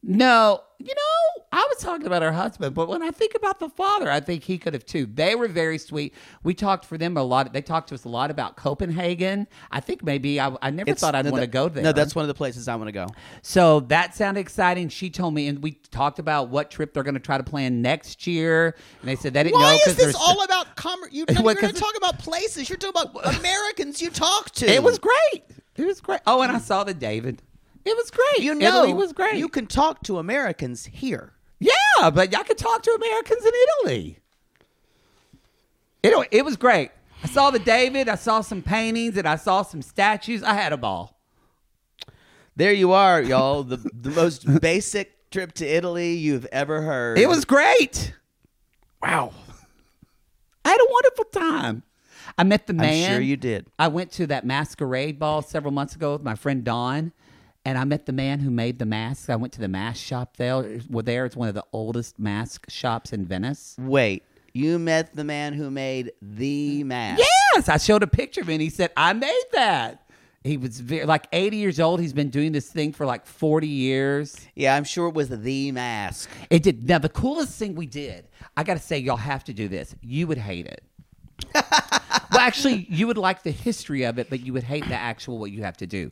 S1: No, you know, I was talking about her husband, but when I think about the father, I think he could have too. They were very sweet. We talked for them a lot. They talked to us a lot about Copenhagen. I think maybe I, I never thought I'd
S2: no,
S1: want to
S2: that-
S1: go there.
S2: No, that's one of the places I want to go.
S1: so that sounded exciting. She told me, and we talked about what trip they're going to try to plan next year. And they said they didn't
S2: Why
S1: know
S2: is
S1: because
S2: this all about commerce? You're not
S1: Well,
S2: even going to
S1: 'cause-
S2: talk about places. You're talking about Americans you talk to.
S1: It was great. It was great. Oh, and I saw the David. It was great.
S2: You know,
S1: Italy was great.
S2: You can talk to Americans here.
S1: Yeah, but y'all could talk to Americans in Italy. It, it was great. I saw the David, I saw some paintings, and I saw some statues. I had a ball.
S2: There you are, y'all. The the most basic trip to Italy you've ever heard.
S1: It was great.
S2: wow.
S1: I had a wonderful time. I met the man.
S2: sure you did.
S1: I went to that masquerade ball several months ago with my friend Dawn, and I met the man who made the masks. I went to the mask shop there. Well, there it's one of the oldest mask shops in Venice.
S2: Wait, you met the man who made the mask.
S1: Yes, I showed a picture of it and he said, I made that. He was very, like 80 years old. He's been doing this thing for like 40 years.
S2: Yeah, I'm sure it was the mask.
S1: It did. Now, the coolest thing we did, I got to say, y'all have to do this. You would hate it. well, actually, you would like the history of it, but you would hate the actual what you have to do.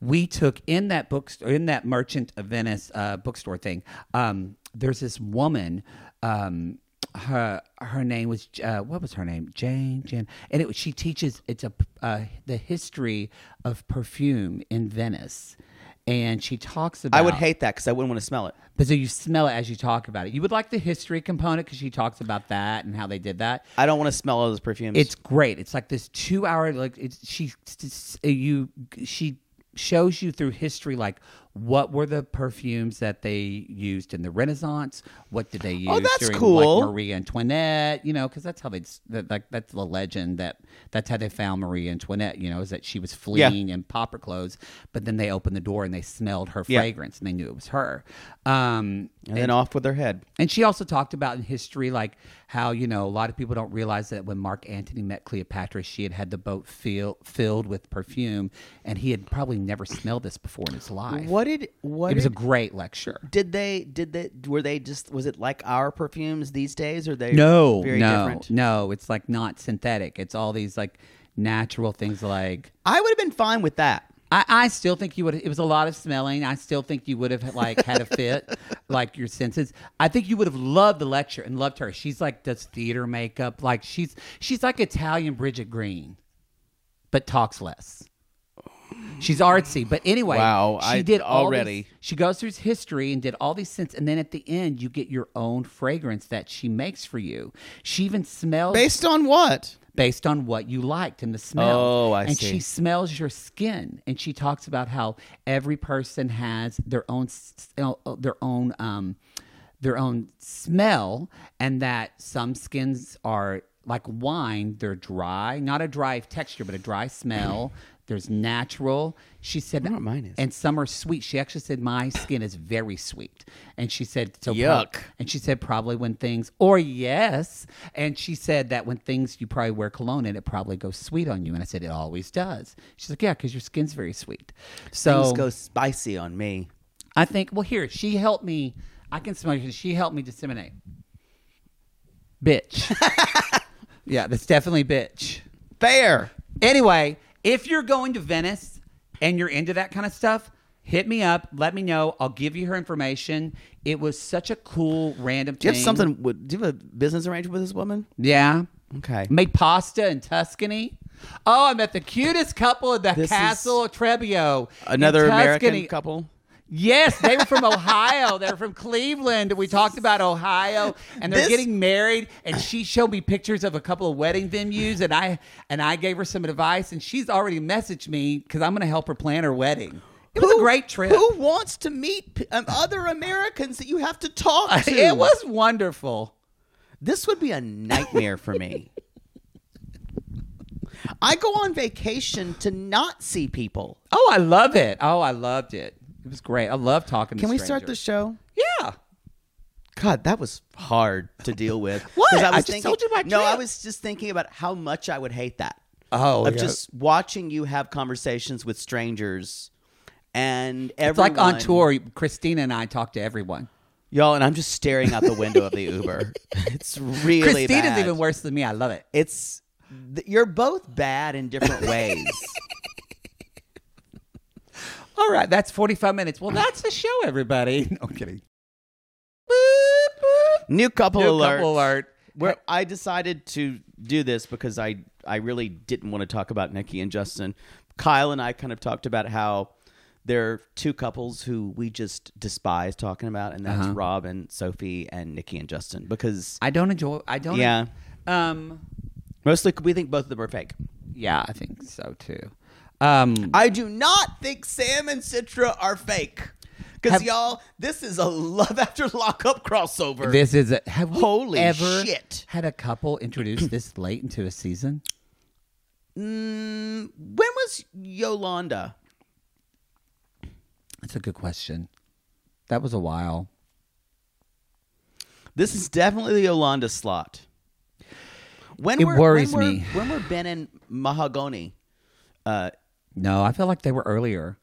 S1: We took in that bookstore, in that Merchant of Venice uh, bookstore thing. Um, there's this woman. Um, her her name was uh, what was her name Jane Jane, and it was she teaches it's a uh, the history of perfume in Venice, and she talks about
S2: I would hate that because I wouldn't want to smell it.
S1: but so you smell it as you talk about it. You would like the history component because she talks about that and how they did that.
S2: I don't want to smell all those perfumes.
S1: It's great. It's like this two hour like it's she you she shows you through history like what were the perfumes that they used in the Renaissance? What did they use?
S2: Oh, that's
S1: during,
S2: cool.
S1: Like Marie Antoinette, you know, because that's how they that, like that's the legend that that's how they found Marie Antoinette. You know, is that she was fleeing in pauper clothes, but then they opened the door and they smelled her
S2: Yeah.
S1: fragrance and they knew it was her. Um,
S2: and then off with their head.
S1: and she also talked about in history, like how, you know, a lot of people don't realize that when Mark Antony met Cleopatra, she had had the boat fill, filled with perfume and he had probably never smelled this before in his life.
S2: What did what
S1: it was a
S2: did-
S1: great lecture.
S2: did they did they were they just was it like our perfumes these days or they
S1: No,
S2: very
S1: no,
S2: different?
S1: no. It's like not synthetic. It's all these like natural things like.
S2: I would have been fine with that.
S1: I, I still think you would. It was a lot of smelling. I still think you would have like had a fit, like your senses. I think you would have loved the lecture and loved her. She's like does theater makeup. Like she's she's like Italian Bridget Green, but talks less. She's artsy, but anyway,
S2: Wow,
S1: she
S2: I-
S1: did all
S2: already.
S1: these- she goes through his history and did all these scents, and then at the end, you get your own fragrance that she makes for you. She even smells
S2: Based on what?
S1: based on what you liked and the smell.
S2: Oh, I
S1: and
S2: see.
S1: she smells your skin, and she talks about how every person has their own s- s- their own um, their own smell, and that some skins are like wine; they're dry, not a dry texture, but a dry smell. There's natural. She said,
S2: know what mine is.
S1: And some are sweet. She actually said, my skin is very sweet. And she said, so
S2: Yuck.
S1: and she said, probably when things, or yes. And she said that when things, you probably wear cologne and it probably goes sweet on you. And I said, it always does. She's like, yeah, because your skin's very sweet. So
S2: Things go spicy on me.
S1: I think, well, here, she helped me. I can smell it. She helped me disseminate. Bitch. yeah, that's definitely bitch.
S2: Fair.
S1: Anyway, if you're going to Venice and you're into that kind of stuff, hit me up. Let me know. I'll give you her information. It was such a cool, random
S2: Do you
S1: thing.
S2: have something? would- Do you have a business arrangement with this woman?
S1: Yeah.
S2: Okay.
S1: Made pasta in Tuscany. Oh, I met the cutest couple at the
S2: This
S1: Castle of Trebbio.
S2: Another
S1: in
S2: American
S1: Tuscany.
S2: couple.
S1: Yes, they were from Ohio. They were from Cleveland. We talked about Ohio, and they're
S2: This-
S1: getting married. And she showed me pictures of a couple of wedding venues, and I and I gave her some advice. And she's already messaged me because I'm going to help her plan her wedding. It was a great trip.
S6: Who wants to meet p- um, other Americans that you have to talk to?
S1: It was wonderful.
S2: This would be a nightmare for me.
S6: I go on vacation to not see people.
S1: Oh, I love it. Oh, I loved it. It was great. I love talking.
S2: Can
S1: to
S2: we start the
S1: strangers.
S2: show?
S1: Yeah.
S2: God, that was hard to deal with.
S1: What?
S2: 'Cause
S1: I just told you my
S2: No, I
S1: trip.
S2: was just thinking about how much I would hate that.
S1: Oh,
S2: of
S1: yeah.
S2: just watching you have conversations with strangers and
S1: It's
S2: everyone.
S1: like on tour. Christina and I talk to everyone.
S2: y'all, and I'm just staring out the window of the Uber. It's really
S1: Christina's
S2: bad.
S1: even worse than me. I love it.
S2: It's th- you're both bad in different ways.
S1: All right, that's 45 minutes. Well, that's the show, everybody. No, I'm kidding.
S2: New couple
S1: New
S2: alert.
S1: couple alert.
S2: Where I decided to do this because I I really didn't want to talk about Nikki and Justin. Kyle and I kind of talked about how there are two couples who we just despise talking about, and that's
S1: Uh-huh.
S2: Rob and Sophie and Nikki and Justin because
S1: I don't enjoy. I don't.
S2: Yeah.
S1: Um.
S2: mostly we think both of them are fake.
S1: Yeah, I think so too. Um.
S2: I do not think Sam and Citra are fake because
S1: Have-
S2: y'all, this is a love after lockup crossover.
S1: This is a, have we
S2: Holy
S1: ever
S2: shit.
S1: had a couple introduced this late into a season?
S2: Mm, when was Yolanda?
S1: That's a good question. That was a while.
S2: This is definitely the Yolanda slot. When
S1: It
S2: were,
S1: worries
S2: when were-
S1: me.
S2: When were Ben and Mahogany? Uh,
S1: No, I feel like they were earlier.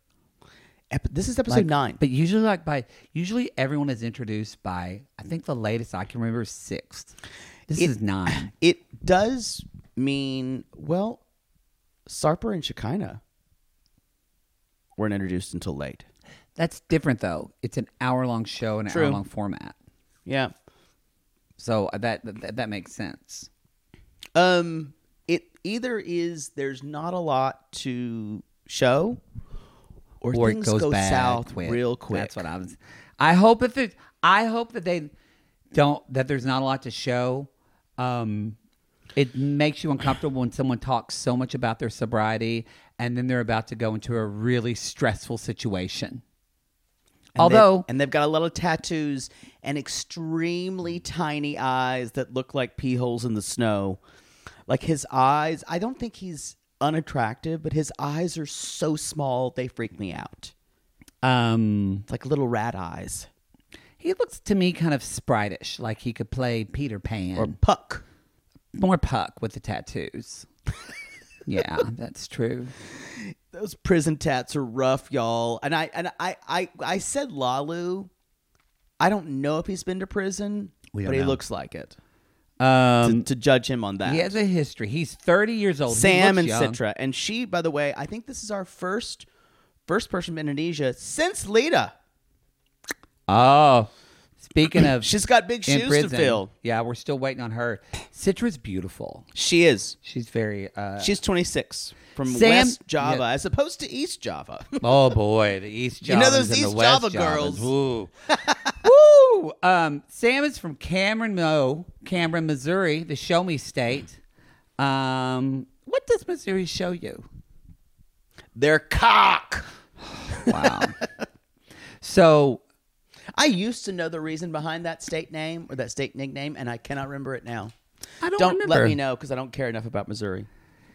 S2: ep- this is episode
S1: Like,
S2: nine.
S1: But usually, like by usually everyone is introduced by. I think the latest I can remember is sixth. This is nine.
S2: it does mean well, Sarper and Shekinah weren't introduced until late.
S1: That's different though. It's an hour long show and an
S2: True.
S1: hour long format.
S2: Yeah.
S1: So uh, that that, that makes sense.
S2: Um, it either is there's not a lot to show, or,
S1: Or it
S2: things
S1: goes
S2: go
S1: bad
S2: south
S1: quick.
S2: real quick.
S1: That's what I was. I hope if it, I hope that they don't that there's not a lot to show. Um, it makes you uncomfortable when someone talks so much about their sobriety and then they're about to go into a really stressful situation.
S2: And they've-
S1: Although
S2: and they've got a lot of tattoos and extremely tiny eyes that look like pee holes in the snow. Like his eyes, I don't think he's unattractive, but his eyes are so small they freak me out.
S1: um,
S2: It's like little rat eyes
S1: he looks to me kind of spritish, like he could play Peter Pan
S2: or puck.
S1: more puck with the tattoos. yeah, that's true.
S2: Those prison tats are rough, y'all. And I and I I I said Lalu. I don't know if he's been to prison,
S1: We
S2: but
S1: don't
S2: he
S1: know.
S2: looks like it.
S1: Um,
S2: to judge him on that.
S1: He has a history. He's 30 years old. He
S2: Sam
S1: looks
S2: and
S1: young.
S2: Citra. And she, by the way, I think this is our first first person from Indonesia since Lita.
S1: Oh, speaking of,
S2: She's got big
S1: in
S2: shoes to
S1: prison,
S2: fill.
S1: Yeah, we're still waiting on her. Citra's beautiful.
S2: She is.
S1: She's very. Uh,
S2: She's 26 from
S1: Sam-
S2: West Java
S1: Yeah.
S2: as opposed to East Java.
S1: oh boy, the East
S2: You
S1: Java.
S2: know those
S1: and
S2: East
S1: the West
S2: Java
S1: Javas.
S2: girls.
S1: Woo. Woo. Um, Sam is from Cameron, Mo, Cameron, Missouri, the Show Me State. Um, what does Missouri show you?
S2: They're cock.
S1: Wow. so
S2: I used to know the reason behind that state name or that state nickname, and I cannot remember it now.
S1: I don't
S2: Don't
S1: remember.
S2: let me know because I don't care enough about Missouri.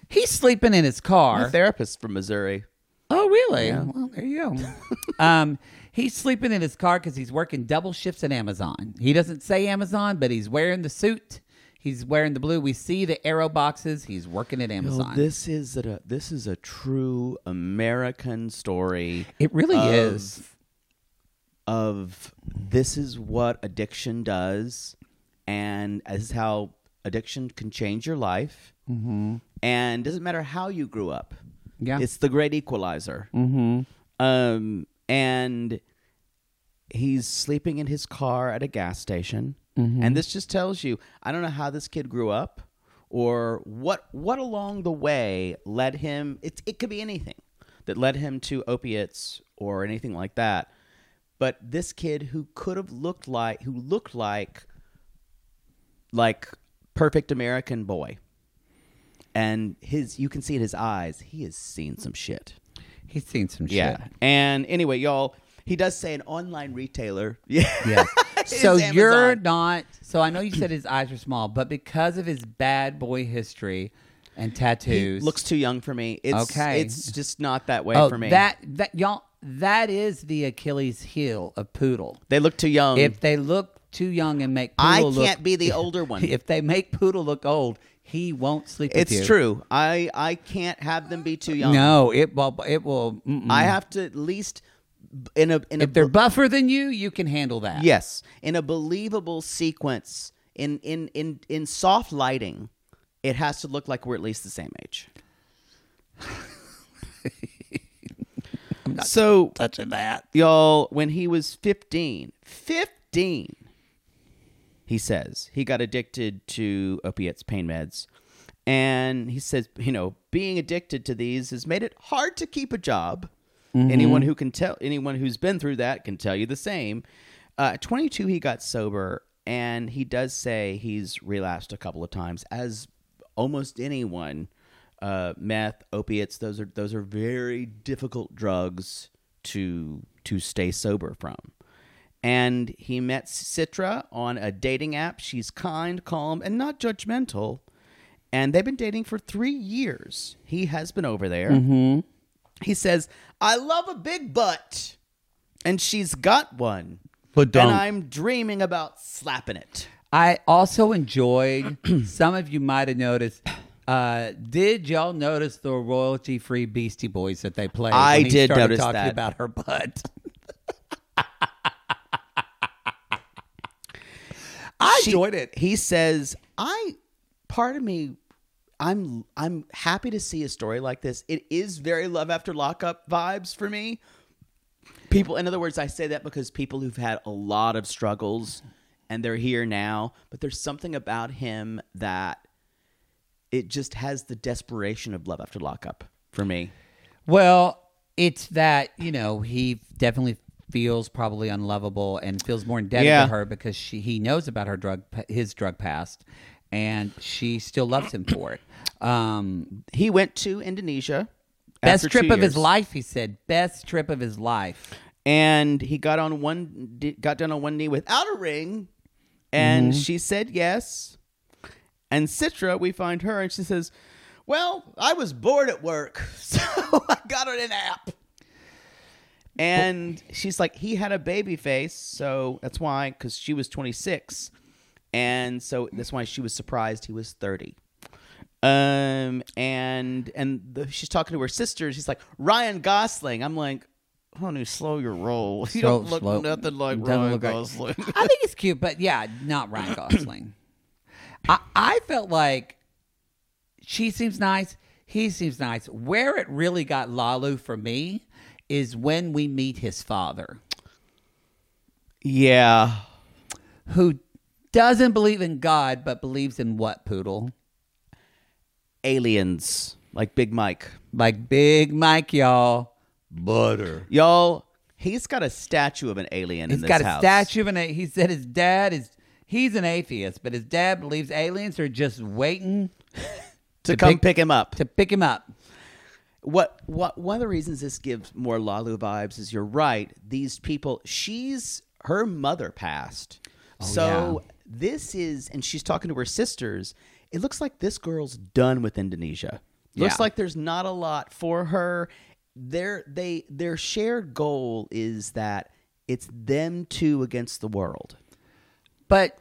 S1: He's sleeping in his car.
S2: My therapist from Missouri.
S1: Oh, really? Well, there you go. um, he's sleeping in his car because he's working double shifts at Amazon. He doesn't say Amazon, but he's wearing the suit. He's wearing the blue. We see the arrow boxes. He's working at
S2: Yo,
S1: Amazon.
S2: Oh, this is a this is a true American story
S1: it really
S2: of-
S1: is.
S2: of this is what addiction does, and this is how addiction can change your life. Mm-hmm. And doesn't matter how you grew up.
S1: Yeah.
S2: it's the great equalizer. Mm-hmm. Um, and he's sleeping in his car at a gas station and this just tells you i don't know how this kid grew up or what what along the way led him it, it could be anything that led him to opiates or anything like that but this kid who could have looked like who looked like like perfect american boy and his you can see in his eyes he has seen some shit
S1: He's seen some shit.
S2: yeah. And anyway, y'all, he does say an online retailer. Yeah.
S1: Yes.
S2: It's
S1: so you're
S2: Amazon.
S1: not. So I know you said his eyes were small, but because of his bad boy history and tattoos,
S2: Looks too young for me. It's
S1: Okay.
S2: it's just not that way
S1: oh,
S2: for me.
S1: That that y'all. That is the Achilles heel of Poodle.
S2: they look too young.
S1: If they look too young and make
S2: I
S1: Poodle
S2: can't
S1: look,
S2: be the older one.
S1: If they make Poodle look old, he won't sleep with
S2: it's
S1: you.
S2: true. I I can't have them be too young.
S1: No, it will. It will. mm-mm.
S2: I have to at least in a in a
S1: If they're
S2: be-
S1: buffer than you, you can handle that.
S2: yes, in a believable sequence in in in in soft lighting, it has to look like we're at least the same age. so
S1: touching that.
S2: y'all when he was 15 15 he says he got addicted to opiates pain meds and he says you know being addicted to these has made it hard to keep a job anyone who can tell anyone who's been through that can tell you the same uh, at 22 he got sober and he does say he's relapsed a couple of times as almost anyone uh, meth opiates those are those are very difficult drugs to to stay sober from. And he met Citra on a dating app. She's kind, calm, and not judgmental. And they've been dating for three years. He has been over there.
S1: Mm-hmm.
S2: He says, "I love a big butt," and she's got one.
S1: But don't.
S2: And I'm dreaming about slapping it.
S1: I also enjoyed. some of you might have noticed. Uh, did y'all notice the royalty-free Beastie Boys that they played?
S2: I
S1: when he
S2: did
S1: started
S2: notice
S1: talking
S2: that.
S1: about her butt. I
S2: She-
S1: enjoyed it.
S2: He says, "I part of me, I'm I'm happy to see a story like this. It is very love after lockup vibes for me. People, in other words, I say that because people who've had a lot of struggles and they're here now, but there's something about him that it just has the desperation of love after lockup for me.
S1: Well, it's that you know he definitely feels probably unlovable and feels more indebted
S2: Yeah.
S1: to her because she he knows about her drug his drug past, and she still loves him for it. Um,
S2: He went to Indonesia.
S1: best
S2: after two
S1: trip of his
S2: years.
S1: life, he said. Best trip of his life.
S2: and he got on one d- got down on one knee without a ring and
S1: Mm-hmm.
S2: she said yes and citra we find her and she says well i was bored at work so i got on an app and she's like he had a baby face so that's why because she was 26 and so that's why she was surprised he was 30 um and and the, she's talking to her sister. and She's like Ryan Gosling. I'm like, honey, slow your roll. You
S1: Slow-
S2: don't look
S1: slow.
S2: nothing like
S1: Doesn't
S2: Ryan
S1: look like-
S2: Gosling.
S1: I think it's cute, but yeah, not Ryan Gosling. I, I felt like she seems nice, he seems nice. Where it really got Lalu for me is when we meet his father.
S2: yeah,
S1: who doesn't believe in God but believes in what poodle?
S2: aliens like Big Mike.
S1: Like Big Mike, y'all. Butter.
S2: Y'all, he's got a statue of an alien in
S1: He's
S2: this
S1: got a
S2: house.
S1: statue of an. a- He said his dad is. He's an atheist, but his dad believes aliens are just waiting
S2: to, come
S1: big-
S2: pick him up.
S1: to pick him up.
S2: what what one of the reasons this gives more Lalu vibes is you're right. These people, she's her mother passed,
S1: Oh,
S2: so this is, and she's talking to her sisters. It looks like this girl's done with Indonesia. Looks
S1: Yeah.
S2: like there's not a lot for her. Their they their shared goal is that it's them two against the world.
S1: But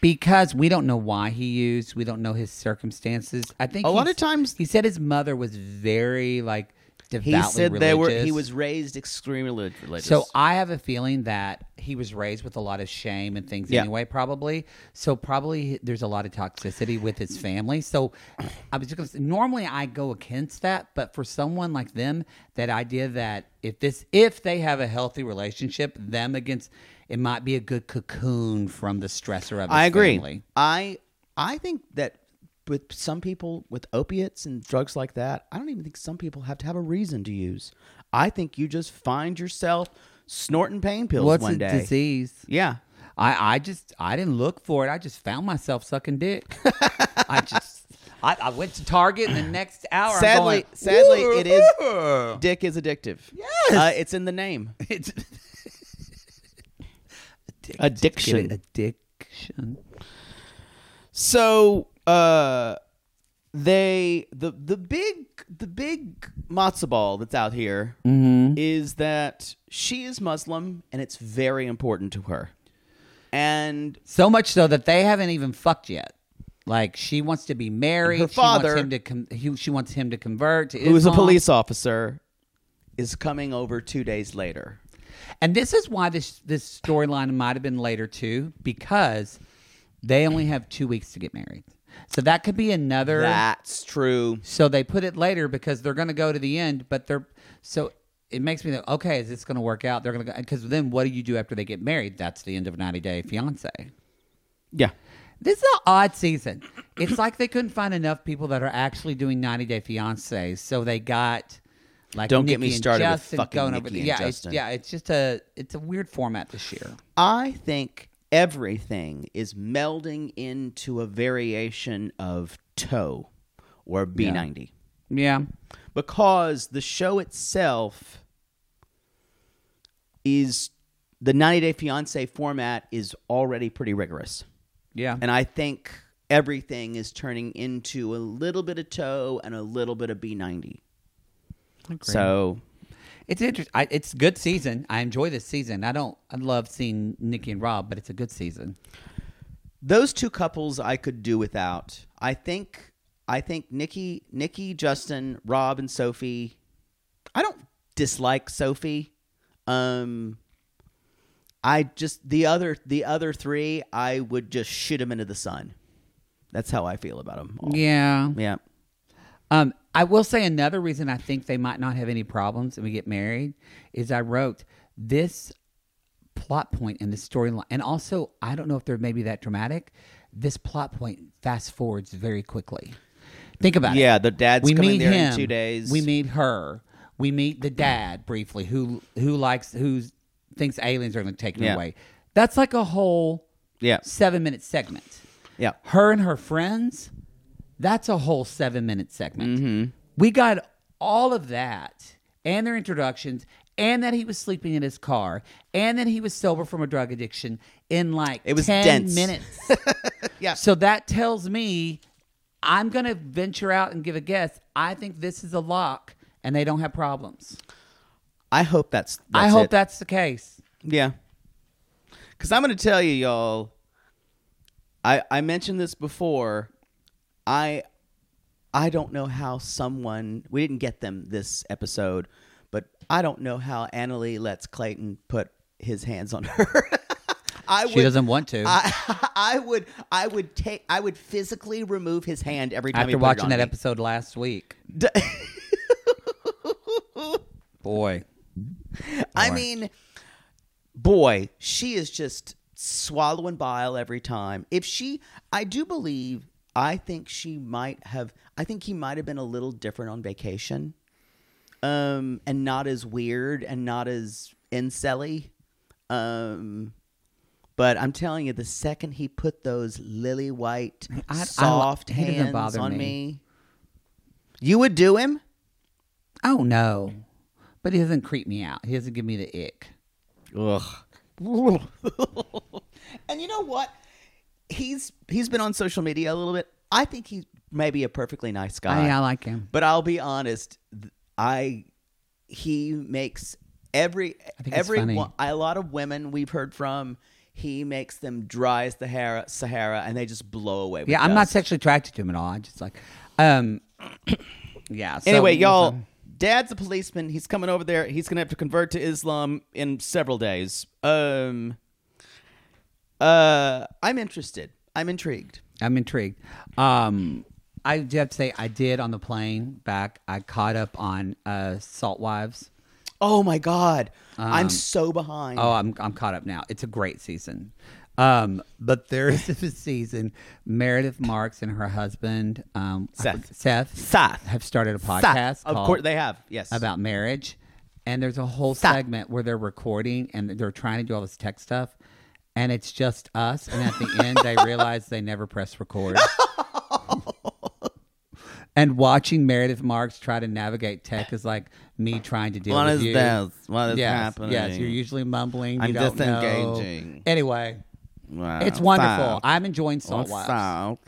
S1: because we don't know why he used, we don't know his circumstances. I think
S2: A lot
S1: he's-
S2: of times-
S1: he said his mother was very like
S2: He
S1: devoutly
S2: said they were he
S1: religious.
S2: was raised extremely relig- religious.
S1: So I have a feeling that he was raised with a lot of shame and things
S2: Yeah.
S1: anyway, probably. So probably there's a lot of toxicity with his family. So I was just gonna say, normally I go against that, but for someone like them, that idea that if this if they have a healthy relationship, them against it might be a good cocoon from the stressor of his
S2: I agree.
S1: family.
S2: I I think that with some people with opiates and drugs like that, I don't even think some people have to have a reason to use. I think you just find yourself snorting pain pills
S1: What's
S2: one
S1: a
S2: day.
S1: disease?
S2: Yeah.
S1: I, I just I didn't look for it. I just found myself sucking dick. I just I, I went to Target in the next hour. I'm
S2: Sadly,
S1: going,
S2: sadly, it is.
S1: "Whoa."
S2: Dick is addictive. Yes, uh, it's in the name.
S1: It's
S2: Addiction.
S1: addiction.
S2: So uh they the the big the big matzo ball that's out here is that she is Muslim and it's very important to her. And
S1: So much so that they haven't even fucked yet. Like she wants to be married.
S2: Her
S1: she
S2: father-
S1: wants him to com- he, she wants him to convert. To
S2: who is a
S1: Islam.
S2: police officer is coming over 2 days later.
S1: And this is why this this storyline might have been later too, because they only have two weeks to get married. So that could be another.
S2: That's true.
S1: So they put it later because they're going to go to the end, but they're so it makes me think, okay, is this going to work out? They're going to go because then what do you do after they get married? That's the end of ninety day fiance.
S2: Yeah.
S1: This is an odd season. It's like they couldn't find enough people that are actually doing 90 Day Fiancés, so they got like
S2: Don't get
S1: Nikki
S2: me
S1: and
S2: started with
S1: Justin
S2: fucking
S1: going
S2: Nikki
S1: over the,
S2: and
S1: yeah,
S2: Justin.
S1: It's, yeah, it's just a it's a weird format this year.
S2: I think everything is melding into a variation of toe or B90.
S1: Yeah,
S2: because the show itself is the 90 Day Fiance format is already pretty rigorous.
S1: yeah,
S2: And I think everything is turning into a little bit of toe and a little bit of B90. So,
S1: it's interesting. I, it's good season. I enjoy this season. I don't. I love seeing Nikki and Rob, but it's a good season.
S2: those two couples I could do without. I think I think Nikki, Nikki, Justin, Rob and Sophie. I don't dislike Sophie. Um I just the other the other 3, I would just shoot them into the sun. That's how I feel about them. All.
S1: Yeah.
S2: Yeah.
S1: Um, I will say another reason I think they might not have any problems and we get married is I wrote this plot point in the storyline, and also I don't know if they're maybe that dramatic. This plot point fast forwards very quickly. Think about it.
S2: Yeah, the dad's
S1: we
S2: coming
S1: meet
S2: there in
S1: him,
S2: two days.
S1: We meet her. We meet the dad briefly, who who likes who thinks aliens are going to take him
S2: Yeah.
S1: away. That's like a whole
S2: Yeah.
S1: seven minute segment
S2: Yeah.
S1: her and her friends that's a whole seven minute segment
S2: Mm-hmm.
S1: we got all of that and their introductions and that he was sleeping in his car and that he was sober from a drug addiction in like
S2: It was
S1: 10
S2: dense.
S1: minutes
S2: Yeah.
S1: so that tells me i'm gonna venture out and give a guess i think this is a lock and they don't have problems
S2: I hope that's,
S1: i
S2: that's
S1: hope
S2: it.
S1: that's the case
S2: Yeah. Cause I'm gonna tell you, y'all. I I mentioned this before. I I don't know how someone we didn't get them this episode, but I don't know how Annalie lets Clayton put his hands on her. I
S1: she
S2: would,
S1: doesn't want to
S2: I, I would I would take I would physically remove his hand every time he
S1: after
S2: put it
S1: watching
S2: on
S1: that
S2: me.
S1: episode last week boy
S2: I mean, boy, she is just swallowing bile every time. If she, I do believe, I think she might have, I think he might have been a little different on vacation um, and not as weird and not as incelly. Um, but I'm telling you, the second he put those lily white,
S1: I- I-
S2: soft
S1: he doesn't
S2: hands
S1: bother
S2: on
S1: me.
S2: me, you would do him?
S1: Oh no. But he doesn't creep me out. He doesn't give me the ick.
S2: And you know what? He's he's been on social media a little bit. I think he maybe a perfectly nice guy.
S1: I, I like him.
S2: But I'll be honest, th- I he makes every
S1: think it's
S2: every
S1: funny.
S2: one- a lot of women we've heard from. He makes them dry as the Hara- Sahara, and they just blow away. With
S1: Yeah, I'm not
S2: dust.
S1: sexually attracted to him at all. I just like, um, yeah. so-
S2: Anyway, y'all, Dad's a policeman. He's coming over there. He's gonna have to convert to Islam in several days. Um, uh, I'm interested. I'm intrigued.
S1: I'm intrigued. Um, I do have to say, I did on the plane back. I caught up on uh, Salt Wives.
S2: Oh my god, I'm so behind.
S1: Oh, I'm I'm caught up now. It's a great season. Um, but there is a season. Meredith Marks and her husband um, I
S2: Seth.
S1: forget- Seth
S2: Seth.
S1: have started a
S2: Stop.
S1: podcast.
S2: Of
S1: called-
S2: course, they have. Yes.
S1: about marriage. And there's a whole segment where they're recording and they're trying to do all this tech stuff. And it's just us. And at the end, they realize they never press record. and watching Meredith Marks try to navigate tech is like me trying to deal
S2: What
S1: with
S2: is
S1: you.
S2: this? What is
S1: yes,
S2: happening?
S1: Yes, you're usually mumbling.
S2: I'm
S1: you don't know.
S2: disengaging.
S1: Anyway,
S2: Wow.
S1: it's wonderful.
S2: Stop.
S1: I'm enjoying Salt Wives.
S2: What's up?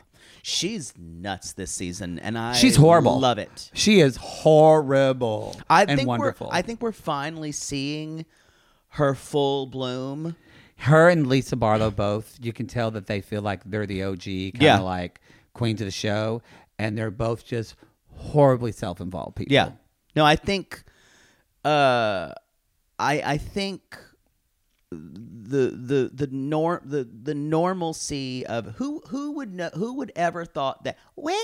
S2: She's nuts this season, and I
S1: She's horrible.
S2: Love it.
S1: She is horrible
S2: I
S1: and
S2: think
S1: wonderful.
S2: We're, I think we're finally seeing her full bloom.
S1: her and Lisa Barlow both, you can tell that they feel like they're the OG, kind of
S2: Yeah.
S1: like queens of the show, and they're both just horribly self-involved people.
S2: Yeah. No, I think uh I I think the the the norm the the normalcy of who who would know who would ever thought that Whitney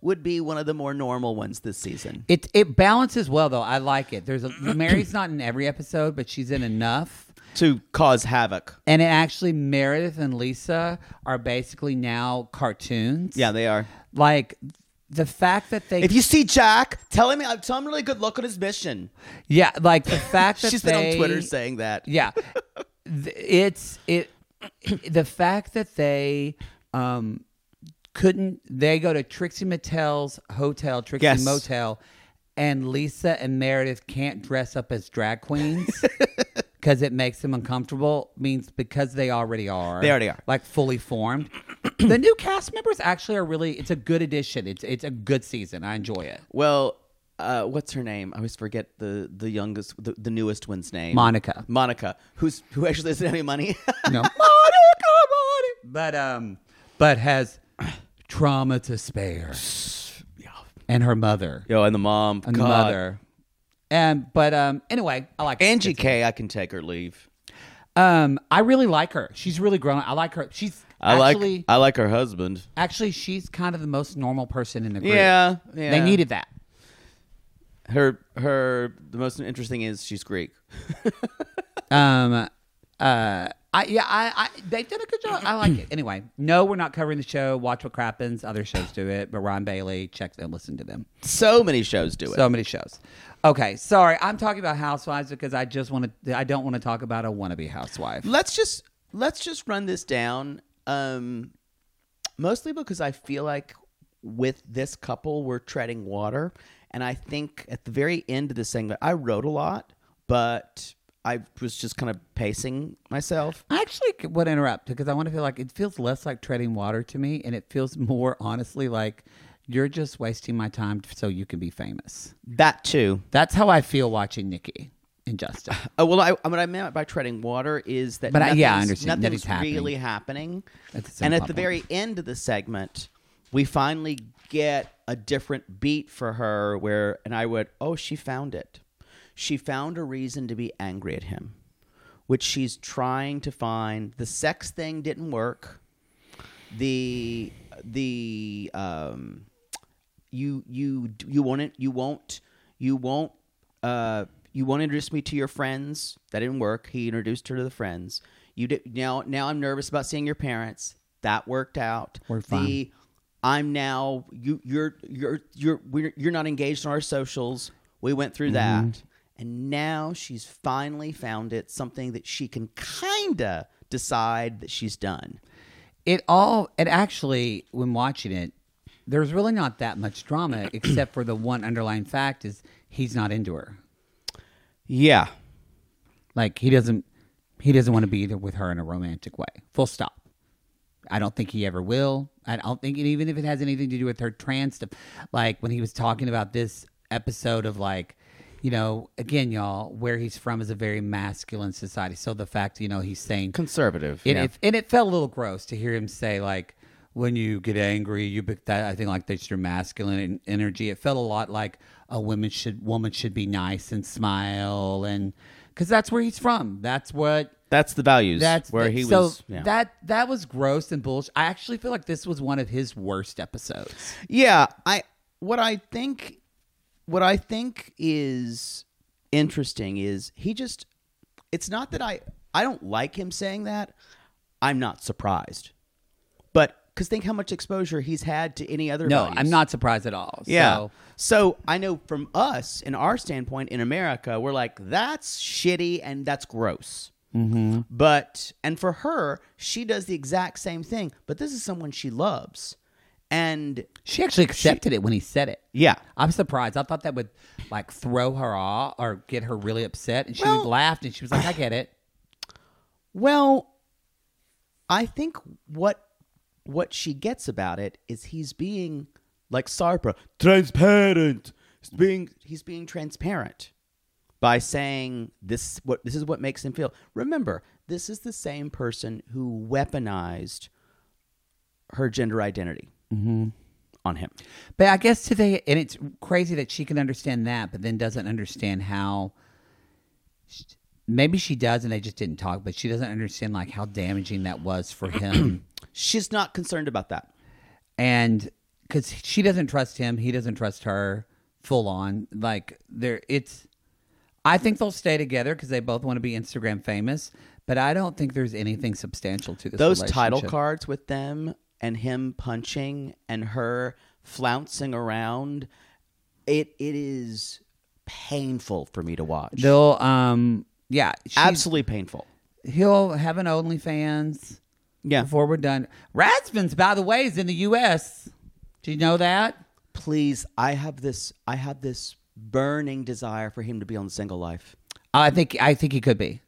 S2: would be one of the more normal ones this season.
S1: It it balances well though. I like it. There's a Mary's not in every episode, but she's in enough.
S2: To cause havoc.
S1: And it actually Meredith and Lisa are basically now cartoons.
S2: Yeah, they are.
S1: Like the fact that they
S2: If you see Jack, tell him I'm tell him really good luck on his mission.
S1: Yeah, like the fact that
S2: She's
S1: they,
S2: been on Twitter saying that.
S1: yeah Th- it's it the fact that they um couldn't they go to trixie mattel's hotel trixie
S2: Yes.
S1: motel and lisa and meredith can't dress up as drag queens because it makes them uncomfortable means because they already are
S2: They already are.
S1: like fully formed the new cast members actually are really it's a good addition it's it's a good season i enjoy it
S2: Well, uh, what's her name? I always forget the the youngest, the, the newest one's name.
S1: Monica.
S2: Monica, who's who actually doesn't have any money.
S1: No. Monica, Monica. But um, but has trauma to spare. And her mother.
S2: Yo, and the mom,
S1: And the
S2: God.
S1: mother. And but um, anyway, I like it.
S2: Angie K. I can take her leave.
S1: Um, I really like her. She's really grown. I like her. She's
S2: I
S1: actually
S2: like I like her husband.
S1: actually she's kind of the most normal person in the group.
S2: Yeah, yeah.
S1: They needed that.
S2: her. Her the most interesting is she's Greek.
S1: Um, uh, I yeah, I, I they did a good job. I like it. Anyway, no, we're not covering the show. Watch what crap happens. Other shows do it, but Ron Bailey, check them, listen to them.
S2: So many shows do it.
S1: So many shows. Okay, sorry. I'm talking about housewives because I just want to. I don't want to talk about a wannabe housewife.
S2: let's just let's just run this down. Um, mostly because I feel like with this couple we're treading water, and I think at the very end of this segment I wrote a lot, but I was just kind of pacing myself.
S1: I actually would interrupt because I want to feel like it feels less like treading water to me, and it feels more honestly like you're just wasting my time so you can be famous.
S2: That too.
S1: That's how I feel watching Nikki and Justin.
S2: Oh well, I, what I meant by treading water is that.
S1: But I- yeah, I
S2: nothing's-
S1: understand that
S2: Nothing's
S1: it's happening.
S2: really happening.
S1: That's the same
S2: And at the
S1: problem.
S2: very end of the segment, we finally get a different beat for her, where and I went, oh, she found it. She found a reason to be angry at him, which she's trying to find. The sex thing didn't work. The the um you you you won't you won't you won't uh you won't introduce me to your friends that didn't work he introduced her to the friends you did now now i'm nervous about seeing your parents that worked out
S1: We're
S2: the i'm now you you're you're you're we're, you're not engaged on our socials we went through
S1: Mm-hmm.
S2: that and now she's finally found it something that she can kinda decide that she's done
S1: it all it actually when watching it there's really not that much drama except for the one underlying fact is he's not into her
S2: yeah
S1: like he doesn't he doesn't want to be there with her in a romantic way full stop I don't think he ever will. I don't think, and even if it has anything to do with her trans stuff, like when he was talking about this episode of like, you know, again, y'all, where he's from is a very masculine society. So the fact, you know, he's saying
S2: Conservative.
S1: and, if, and it felt a little gross to hear him say like, when you get angry, you pick that. I think like that's your masculine en- energy. It felt a lot like a woman should woman should be nice and smile and because that's where he's from. That's what
S3: That's the values.
S1: that's
S3: where
S1: the-
S3: he
S1: so
S3: was. yeah.
S1: That that was gross and bullshit. I actually feel like this was one of his worst episodes.
S2: Yeah, I what I think what I think is interesting is he just it's not that I I don't like him saying that. I'm not surprised. But cuz think how much exposure he's had to any other
S1: No,
S2: values.
S1: I'm not surprised at all.
S2: Yeah.
S1: So,
S2: So, I know from us in our standpoint in America, we're like that's shitty and that's gross. Mm-hmm. But and for her, she does the exact same thing. But this is someone she loves, and
S1: she actually accepted it when he said it.
S2: yeah,
S1: I'm surprised. I thought that would like throw her off or get her really upset, and she
S2: Well-
S1: would laughed and she was like, "I get it."
S2: Well, I think what what she gets about it is he's being like Sarpa, transparent. He's being he's being transparent by saying this what this is what makes him feel. Remember, this is the same person who weaponized her gender identity on him.
S1: But I guess today, and it's crazy that she can understand that, but then doesn't understand how. Maybe she does, and they just didn't talk. But she doesn't understand like how damaging that was for him.
S2: She's not concerned about that.
S1: and because she doesn't trust him, he doesn't trust her full on. Like there, it's. I think they'll stay together because they both want to be Instagram famous. But I don't think there's anything substantial to this.
S2: those title
S1: relationship.
S2: cards with them and him punching and her flouncing around it it is painful for me to watch
S1: They'll um yeah she's-
S2: absolutely painful
S1: He'll have an OnlyFans.
S2: yeah
S1: before we're done. Rasmus, by the way, is in the U.S. Do you know that?
S2: please i have this i have this burning desire for him to be on single life
S1: I think I think he could be.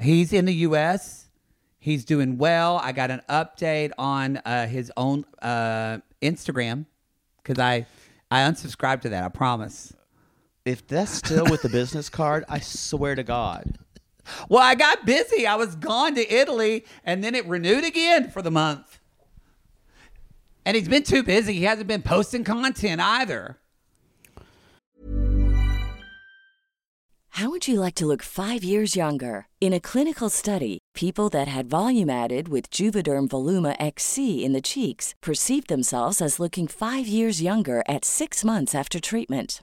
S1: He's in the U.S. He's doing well. I got an update on uh, his own uh, Instagram because I I unsubscribed to that. I promise.
S2: if that's still with the business card i swear to god
S1: Well, I got busy. I was gone to Italy, and then it renewed again for the month. And he's been too busy. He hasn't been posting content either.
S5: How would you like to look five years younger? In a clinical study, people that had volume added with Juvederm Voluma XC in the cheeks perceived themselves as looking five years younger at six months after treatment.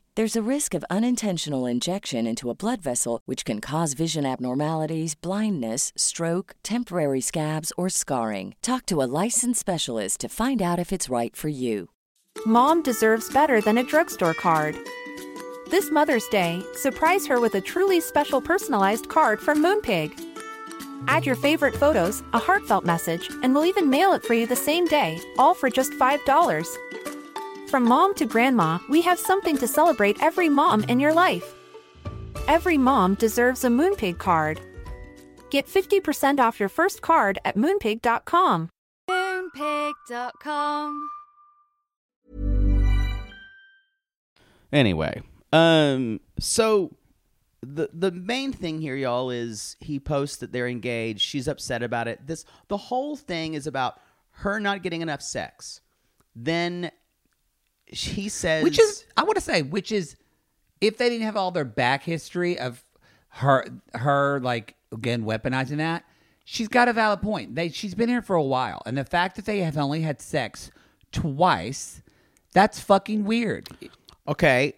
S5: There's a risk of unintentional injection into a blood vessel, which can cause vision abnormalities, blindness, stroke, temporary scabs, or scarring. Talk to a licensed specialist to find out if it's right for you.
S7: Mom deserves better than a drugstore card. This Mother's Day, surprise her with a truly special personalized card from Moonpig. Add your favorite photos, a heartfelt message, and we'll even mail it for you the same day, all for just $5. From mom to grandma, we have something to celebrate every mom in your life. Every mom deserves a Moonpig card. Get 50% off your first card at moonpig.com. Moonpig.com.
S2: Anyway, um, so the the main thing here, y'all, is he posts that they're engaged. She's upset about it. This the whole thing is about her not getting enough sex. Then he says,
S1: which is I want to say, which is if they didn't have all their back history of her, her like again weaponizing that, she's got a valid point. They she's been here for a while, and the fact that they have only had sex twice, that's fucking weird.
S2: okay.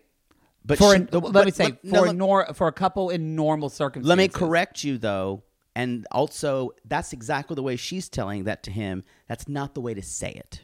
S2: But
S1: for
S2: she-
S1: an, let
S2: but-
S1: me say
S2: but- no,
S1: for a
S2: let-
S1: nor, for a couple in normal circumstances.
S2: Let me correct you though, and also that's exactly the way she's telling that to him. That's not the way to say it.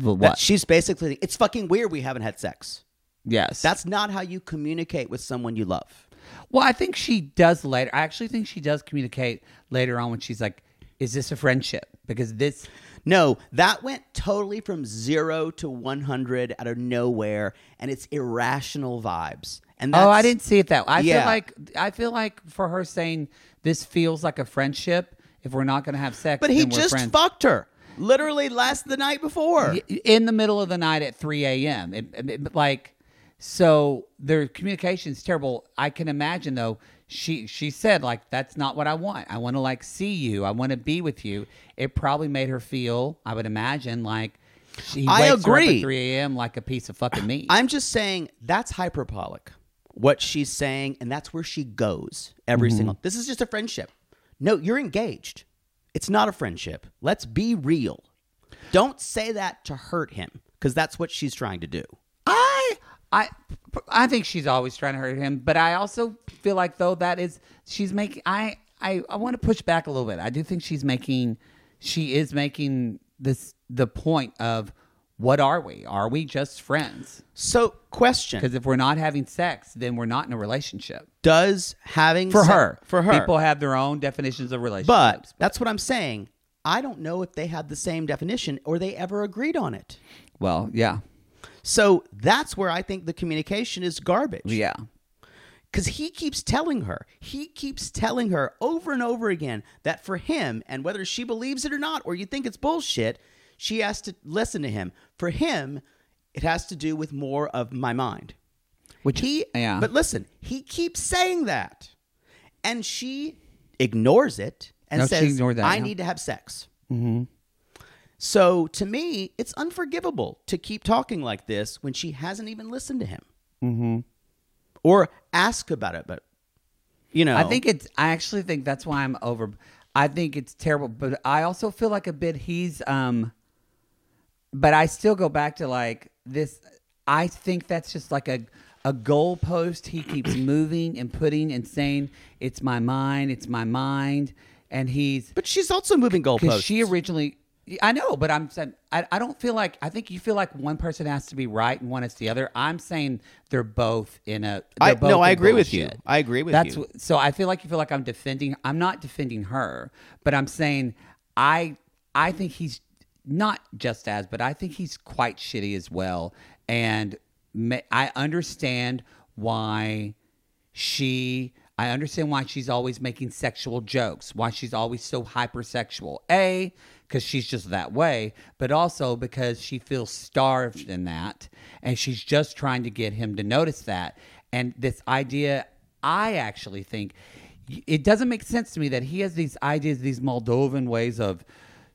S1: What?
S2: That she's basically it's fucking weird we haven't had sex.
S1: yes.
S2: That's not how you communicate with someone you love.
S1: well. I think she does later. I actually think she does communicate later on when she's like, "Is this a friendship?" Because this
S2: No, that went totally from zero to one hundred out of nowhere, and it's irrational vibes. And that's,
S1: oh, I didn't see it that. way. I
S2: Yeah.
S1: feel like I feel like for her saying this feels like a friendship. If we're not going to have sex,
S2: But he
S1: then we're
S2: just
S1: friends.
S2: fucked her, literally last the night before.
S1: Y- in the middle of the night at 3 a.m. It- it- Like, so their communication is terrible. I can imagine though. She she said like that's not what I want. I want to like see you. I want to be with you. It probably made her feel. I would imagine like she
S2: I
S1: wakes her up
S2: agree.
S1: at 3 a.m. like a piece of fucking meat.
S2: I'm just saying that's hyperbolic. What she's saying, and that's where she goes every
S1: Mm-hmm.
S2: single. This is just a friendship. No, you're engaged. It's not a friendship. Let's be real. Don't say that to hurt him, because that's what she's trying to do.
S1: I I I think she's always trying to hurt him, but I also feel like though that is she's making I I I want to push back a little bit. I do think she's making she is making this the point of what are we? Are we just friends?
S2: So,
S1: Because
S2: question:
S1: if we're not having sex, then we're not in a relationship.
S2: Does having
S1: For
S2: se-
S1: her,
S2: for her,
S1: people have their own definitions of relationships.
S2: but that's what I'm saying. I don't know if they had the same definition or they ever agreed on it.
S1: well, yeah,
S2: So that's where I think the communication is garbage.
S1: yeah.
S2: because he keeps telling her, he keeps telling her over and over again that for him, and whether she believes it or not, or you think it's bullshit, she has to listen to him. For him, it has to do with more of my mind.
S1: Which
S2: He,
S1: yeah,
S2: but listen, he keeps saying that, and she ignores it and
S1: No, she
S2: says,
S1: ignored that,
S2: "I
S1: yeah.
S2: need to have sex." Mm-hmm. So to me, it's unforgivable to keep talking like this when she hasn't even listened to him, mm-hmm. or ask about it. But you know,
S1: I think it's. I actually think that's why I'm over. I think it's terrible, but I also feel like a bit he's. um But I still go back to like this. I think that's just like a a goalpost he keeps moving and putting and saying it's my mind, it's my mind, and he's
S2: But she's also moving goalposts.
S1: because she originally. I know, but I'm saying I, I don't feel like I think you feel like one person has to be right and one is the other. I'm saying they're both in a.
S2: I-
S1: they're both
S2: no, I
S1: in
S2: agree with you.
S1: bullshit.
S2: I agree with
S1: That's
S2: you.
S1: wh- so I feel like you feel like I'm defending. I'm not defending her, but I'm saying I I think he's not just as, but I think he's quite shitty as well. And ma- I understand why she. I understand why she's always making sexual jokes, why she's always so hypersexual. A, because she's just that way, but also because she feels starved in that. And she's just trying to get him to notice that. And this idea I actually think it doesn't make sense to me that he has these ideas, these Moldovan ways of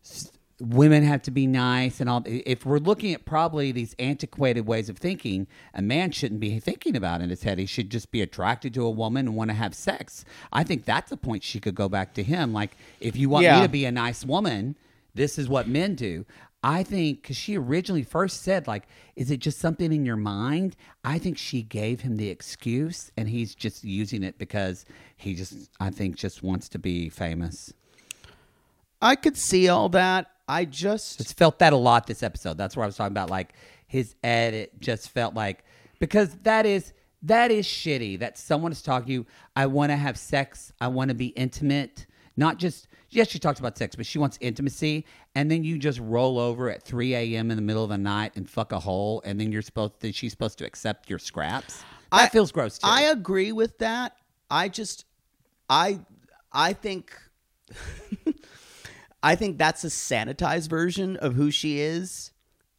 S1: s- women have to be nice and all. If we're looking at probably these antiquated ways of thinking, a man shouldn't be thinking about in his head. He should just be attracted to a woman and want to have sex. I think that's a point she could go back to him. Like, if you want
S2: Yeah.
S1: me to be a nice woman, this is what men do. I think because she originally first said, like, is it just something in your mind? I think she gave him the excuse and he's just using it because he just, I think, just wants to be famous.
S2: I could see all that. I just
S1: Just felt that a lot this episode. That's where I was talking about, like, his edit just felt like, because that is, that is shitty that someone is talking to you. I want to have sex. I want to be intimate. Not just, yes, she talks about sex, but she wants intimacy. And then you just roll over at 3 a.m. in the middle of the night and fuck a hole. And then you're supposed to, she's supposed to accept your scraps. That
S2: I-
S1: feels gross too.
S2: I agree with that. I just I I think I think that's a sanitized version of who she is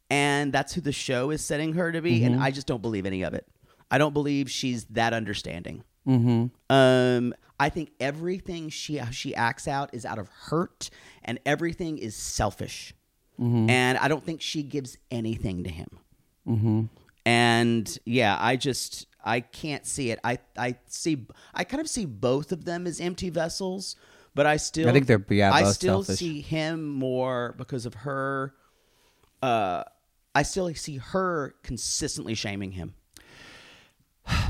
S2: and that's who the show is setting her to be and I just don't believe any of it. I don't believe she's that understanding. Mm-hmm. Um I think everything she how she acts out is out of hurt and everything is selfish.
S1: Mm-hmm.
S2: And I don't think she gives anything to him
S1: Mm-hmm.
S2: and yeah i just i can't see it i i see i kind of see both of them as empty vessels but i still
S1: I think they're- yeah,
S2: i
S1: both
S2: still
S1: selfish.
S2: see him more because of her uh i still see her consistently shaming him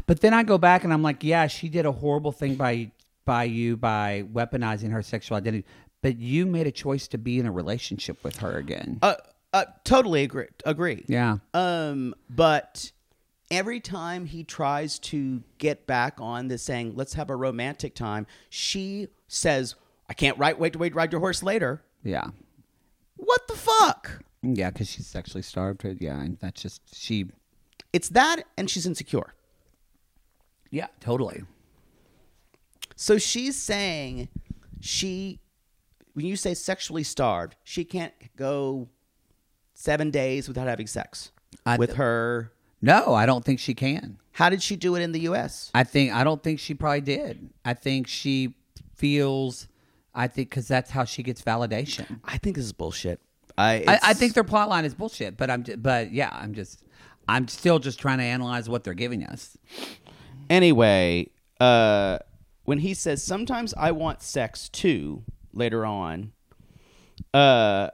S1: But then I go back and I'm like, yeah, she did a horrible thing by by you by weaponizing her sexual identity. But you made a choice to be in a relationship with her again.
S2: Uh, uh, totally agree. Agree.
S1: yeah.
S2: Um, but every time he tries to get back on this saying, let's have a romantic time, she says, I can't right, wait to wait, ride your horse later.
S1: Yeah.
S2: What the fuck?
S1: Yeah, because she's sexually starved. Yeah, and that's just she.
S2: It's that, and she's insecure.
S1: Yeah, totally.
S2: So she's saying she, when you say sexually starved, she can't go seven days without having sex
S1: I-
S2: with her.
S1: No, I don't think she can.
S2: How did she do it in the U.S.?
S1: I think I don't think she probably did. I think she feels. I think because that's how she gets validation.
S2: I think this is bullshit.
S1: I,
S2: I,
S1: I
S2: it's-
S1: think their plot line is bullshit. But I'm. j- But yeah, I'm just. I'm still just trying to analyze what they're giving us.
S2: anyway, uh, when he says, "Sometimes I want sex too," later on, uh,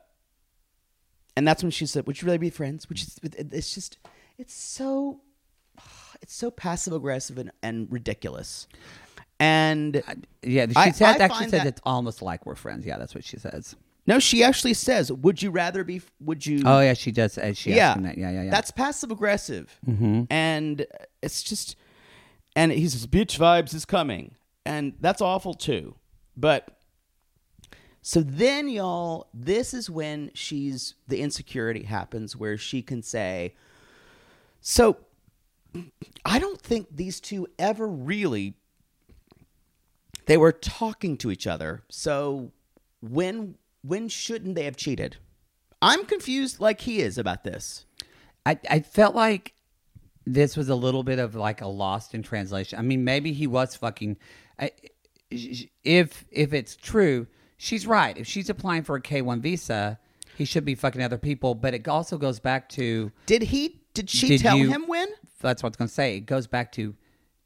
S2: and that's when she said, "Would you really be friends?" Which is, it's just, it's so, it's so passive aggressive and, and ridiculous. And
S1: Yeah, she
S2: I-
S1: said
S2: I
S1: actually
S2: find
S1: said
S2: that-
S1: it's almost like we're friends. Yeah, that's what she says.
S2: no, she actually says, "Would you rather be? Would you?"
S1: Oh yeah, she does. uh, She yeah, that. yeah, Mm-hmm. yeah, yeah.
S2: That's passive aggressive, and it's just, and he says, "Bitch vibes is coming," and that's awful too. But so then, y'all, this is when she's the insecurity happens, where she can say, "So, I don't think these two ever really." They were talking to each other, so when when shouldn't they have cheated? I'm confused, like he is about this.
S1: I, I felt like this was a little bit of like a lost in translation. I mean, maybe he was fucking. I, if if it's true, she's right. If she's applying for a K one visa, he should be fucking other people. But it also goes back to
S2: Did he? Did she
S1: Did
S2: tell
S1: you-
S2: him when?
S1: that's what I was going to say. It goes back to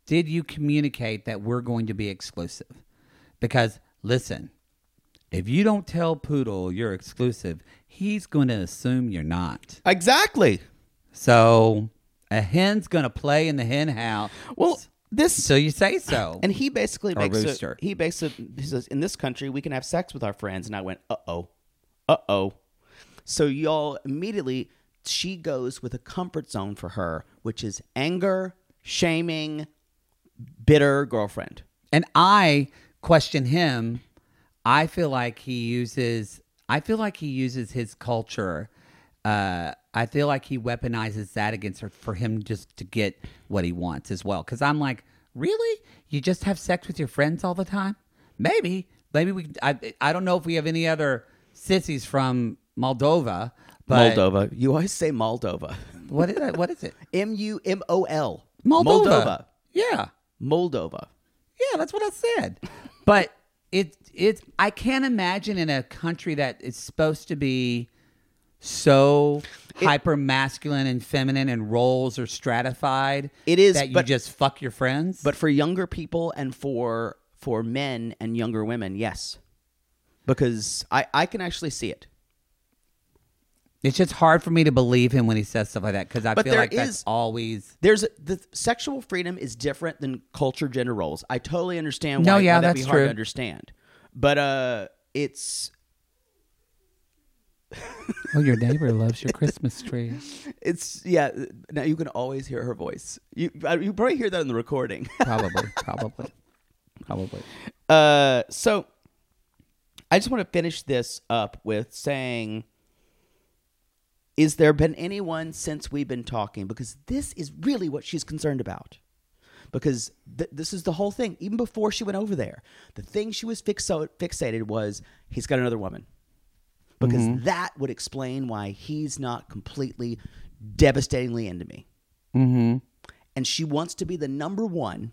S1: did you communicate that we're going to be exclusive? Because listen, if you don't tell Poodle you're exclusive, he's going to assume you're not.
S2: Exactly.
S1: So a hen's gonna play in the hen house.
S2: Well, this
S1: so you say so.
S2: and he basically
S1: Or
S2: makes a-
S1: rooster.
S2: he makes a, he says in this country we can have sex with our friends, and I went uh oh, uh oh. So y'all immediately she goes with a comfort zone for her, which is anger, shaming, bitter girlfriend.
S1: and I question him. I feel like he uses. I feel like he uses his culture. Uh, I feel like he weaponizes that against her for him just to get what he wants as well. Because I'm like, really? You just have sex with your friends all the time? Maybe. Maybe we. I. I don't know if we have any other sissies from Moldova. But
S2: Moldova. You always say Moldova.
S1: What is it? What is it?
S2: M U M O L.
S1: Moldova. Yeah.
S2: Moldova.
S1: Yeah, that's what I said. But it it I can't imagine in a country that is supposed to be so hyper masculine and feminine and roles are stratified.
S2: It is,
S1: that you
S2: but-
S1: just fuck your friends.
S2: But for younger people and for for men and younger women, yes. Because I, I can actually see it.
S1: it's just hard for me to believe him when he says stuff like that because I
S2: But
S1: feel
S2: there
S1: like that's
S2: is-
S1: always
S2: There's the sexual freedom is different than culture gender roles. I totally understand
S1: No,
S2: why,
S1: yeah,
S2: why that'd
S1: that's
S2: be hard
S1: true.
S2: to understand. But uh it's
S1: Oh, your neighbor loves your Christmas tree.
S2: it's yeah, now you can always hear her voice. You you probably hear that in the recording.
S1: Probably, probably. Probably.
S2: Uh, so I just want to finish this up with saying Is there been anyone since we've been talking? Because this is really what she's concerned about. Because th- this is the whole thing. Even before she went over there, the thing she was fixo- fixated was he's got another woman. Because that would explain why he's not completely devastatingly into me. Mm-hmm. And she wants to be the number one.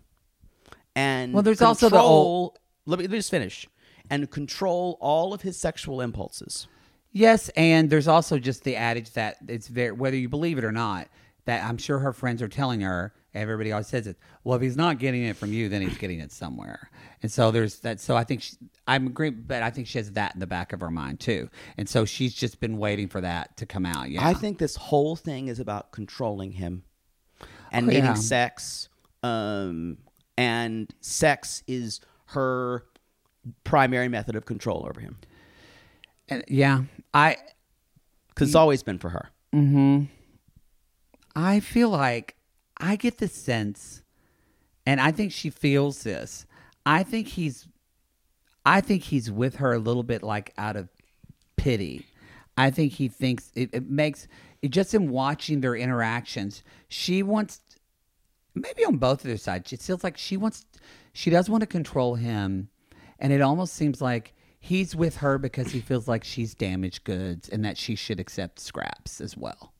S2: And
S1: Well, there's also the
S2: control-
S1: old-
S2: Let me, let me just finish. And control all of his sexual impulses.
S1: Yes, and there's also just the adage that it's very whether you believe it or not that I'm sure her friends are telling her. Everybody always says it. Well, if he's not getting it from you, then he's getting it somewhere. And so there's that. So I think she, I'm agree, but I think she has that in the back of her mind too. And so she's just been waiting for that to come out. Yeah,
S2: I think this whole thing is about controlling him and
S1: Oh,
S2: needing
S1: yeah.
S2: sex um, and sex is her primary method of control over him
S1: And, yeah, I
S2: because it's always been for her.
S1: Mm-hmm. I feel like I get the sense, and I think she feels this. I think he's, I think he's with her a little bit like out of pity. I think he thinks it, it makes it just in watching their interactions. She wants, maybe on both of their sides, it feels like she wants, she does want to control him, and it almost seems like he's with her because he feels like she's damaged goods and that she should accept scraps as well.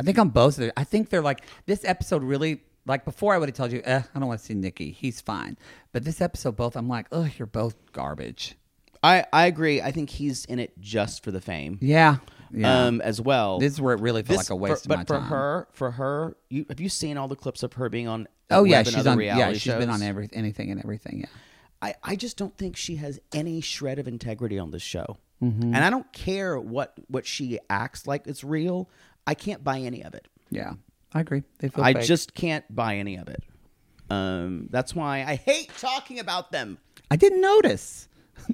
S1: I think on both of them. I think they're like this episode really like before I would have told you, eh, I don't want to see Nikki. He's fine. But this episode both I'm like, oh, you're both garbage.
S2: I, I agree. I think he's in it just for the fame.
S1: Yeah. Yeah.
S2: Um, as well.
S1: this is where it really felt
S2: This-
S1: like a waste
S2: for, but
S1: of my
S2: for
S1: time.
S2: her, for her, you, have you seen all the clips of her being on?
S1: oh yeah,
S2: 11
S1: she's
S2: other
S1: on
S2: Reality
S1: yeah, she's been
S2: shows?
S1: on every, anything and everything, yeah.
S2: I, I just don't think she has any shred of integrity on this show.
S1: Mm-hmm.
S2: And I don't care what what she acts like it's real. I can't buy any of it.
S1: Yeah. I agree. They feel
S2: I
S1: fake.
S2: just can't buy any of it. Um, that's why I hate talking about them.
S1: I didn't notice.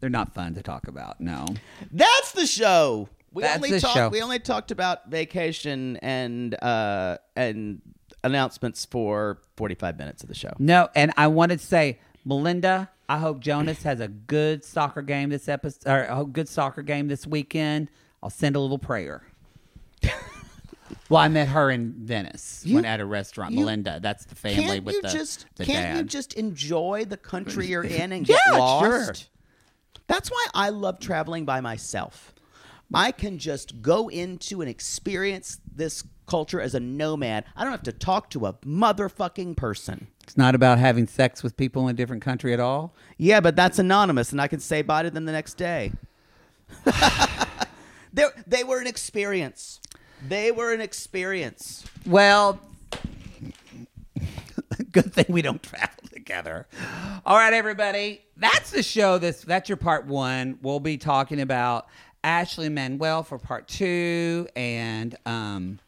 S1: they're not fun to talk about, no.
S2: That's the show. We
S1: That's
S2: only
S1: the
S2: talked
S1: show.
S2: we only talked about vacation and uh and announcements for 45 minutes of the show.
S1: No, and I wanted to say, Melinda, I hope Jonas has a good soccer game this episode or a good soccer game this weekend. I'll send a little prayer. well, I met her in Venice when at a restaurant.
S2: you-
S1: Melinda, that's the family
S2: can't
S1: with
S2: you
S1: the,
S2: just
S1: the
S2: can't
S1: dad.
S2: you just enjoy the country you're in and
S1: Yeah,
S2: get lost?
S1: sure.
S2: That's why I love traveling by myself. I can just go into and experience this culture as a nomad. I don't have to talk to a motherfucking person.
S1: It's not about having sex with people in a different country at all.
S2: Yeah, but that's anonymous, and I can say bye to them the next day. they they were an experience. They were an experience.
S1: Well, good thing we don't travel together. All right, everybody, that's the show. This that's your part one. We'll be talking about Ashley Manuel for part two, and um,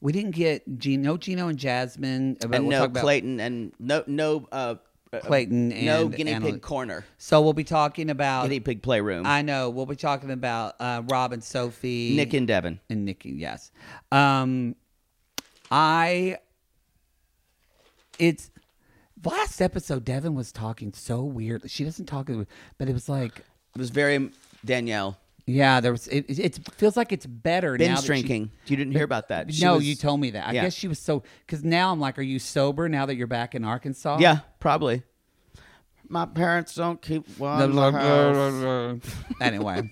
S1: we didn't get Gino, no Gino and Jasmine, but
S2: And
S1: we'll
S2: no
S1: talk about
S2: Clayton, and no no uh, uh,
S1: Clayton and
S2: no guinea
S1: Anna-
S2: pig corner,
S1: So we'll be talking about
S2: guinea pig playroom.
S1: I know we'll be talking about uh, Rob and Sophie,
S2: Nick and Devin.
S1: and Nikki, yes. Um I it's last episode Devin was talking so weird. She doesn't talk but it was like
S2: It was very um, Danielle
S1: yeah, there was it, it, it feels like it's better now
S2: binge
S1: that she-
S2: drinking. you didn't hear about that. She
S1: no,
S2: was-
S1: you told me that. I
S2: Yeah.
S1: guess she was so cuz now I'm like are you sober now that you're back in Arkansas?
S2: Yeah, probably. My parents don't keep one. in the house.
S1: anyway.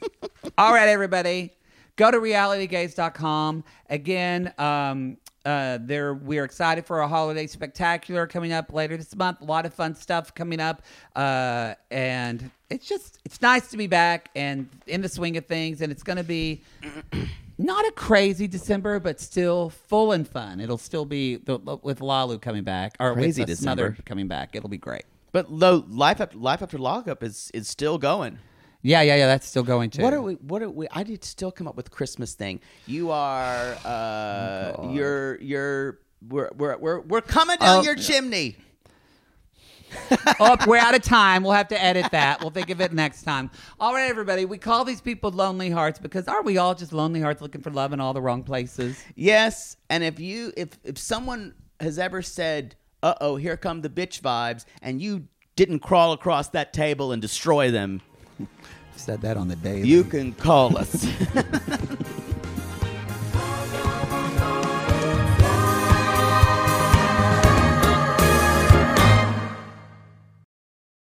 S1: All right, everybody. Go to realitygaze.com. Again, um, uh, there we're excited for a holiday spectacular coming up later this month. A lot of fun stuff coming up. Uh, and it's just it's nice to be back and in the swing of things, and it's gonna be not a crazy December, but still full and fun. It'll still be the, with Lalu coming back or
S2: Crazy
S1: with his
S2: December.
S1: mother coming back. It'll be great.
S2: But though life after life after lockup is is still going.
S1: Yeah, yeah, yeah. That's still going too.
S2: What are we? What are we? I did still come up with Christmas thing. You are. uh You're. You're. We're. We're. We're. We're coming down
S1: Oh.
S2: your chimney.
S1: oh, we're out of time. We'll have to edit that. We'll think of it next time. All right, everybody. We call these people lonely hearts because aren't we all just lonely hearts looking for love in all the wrong places?
S2: Yes. And if you. If. If someone has ever said, "Uh oh, here come the bitch vibes," and you didn't crawl across that table and destroy them,
S1: Said that on the day.
S2: you can call us.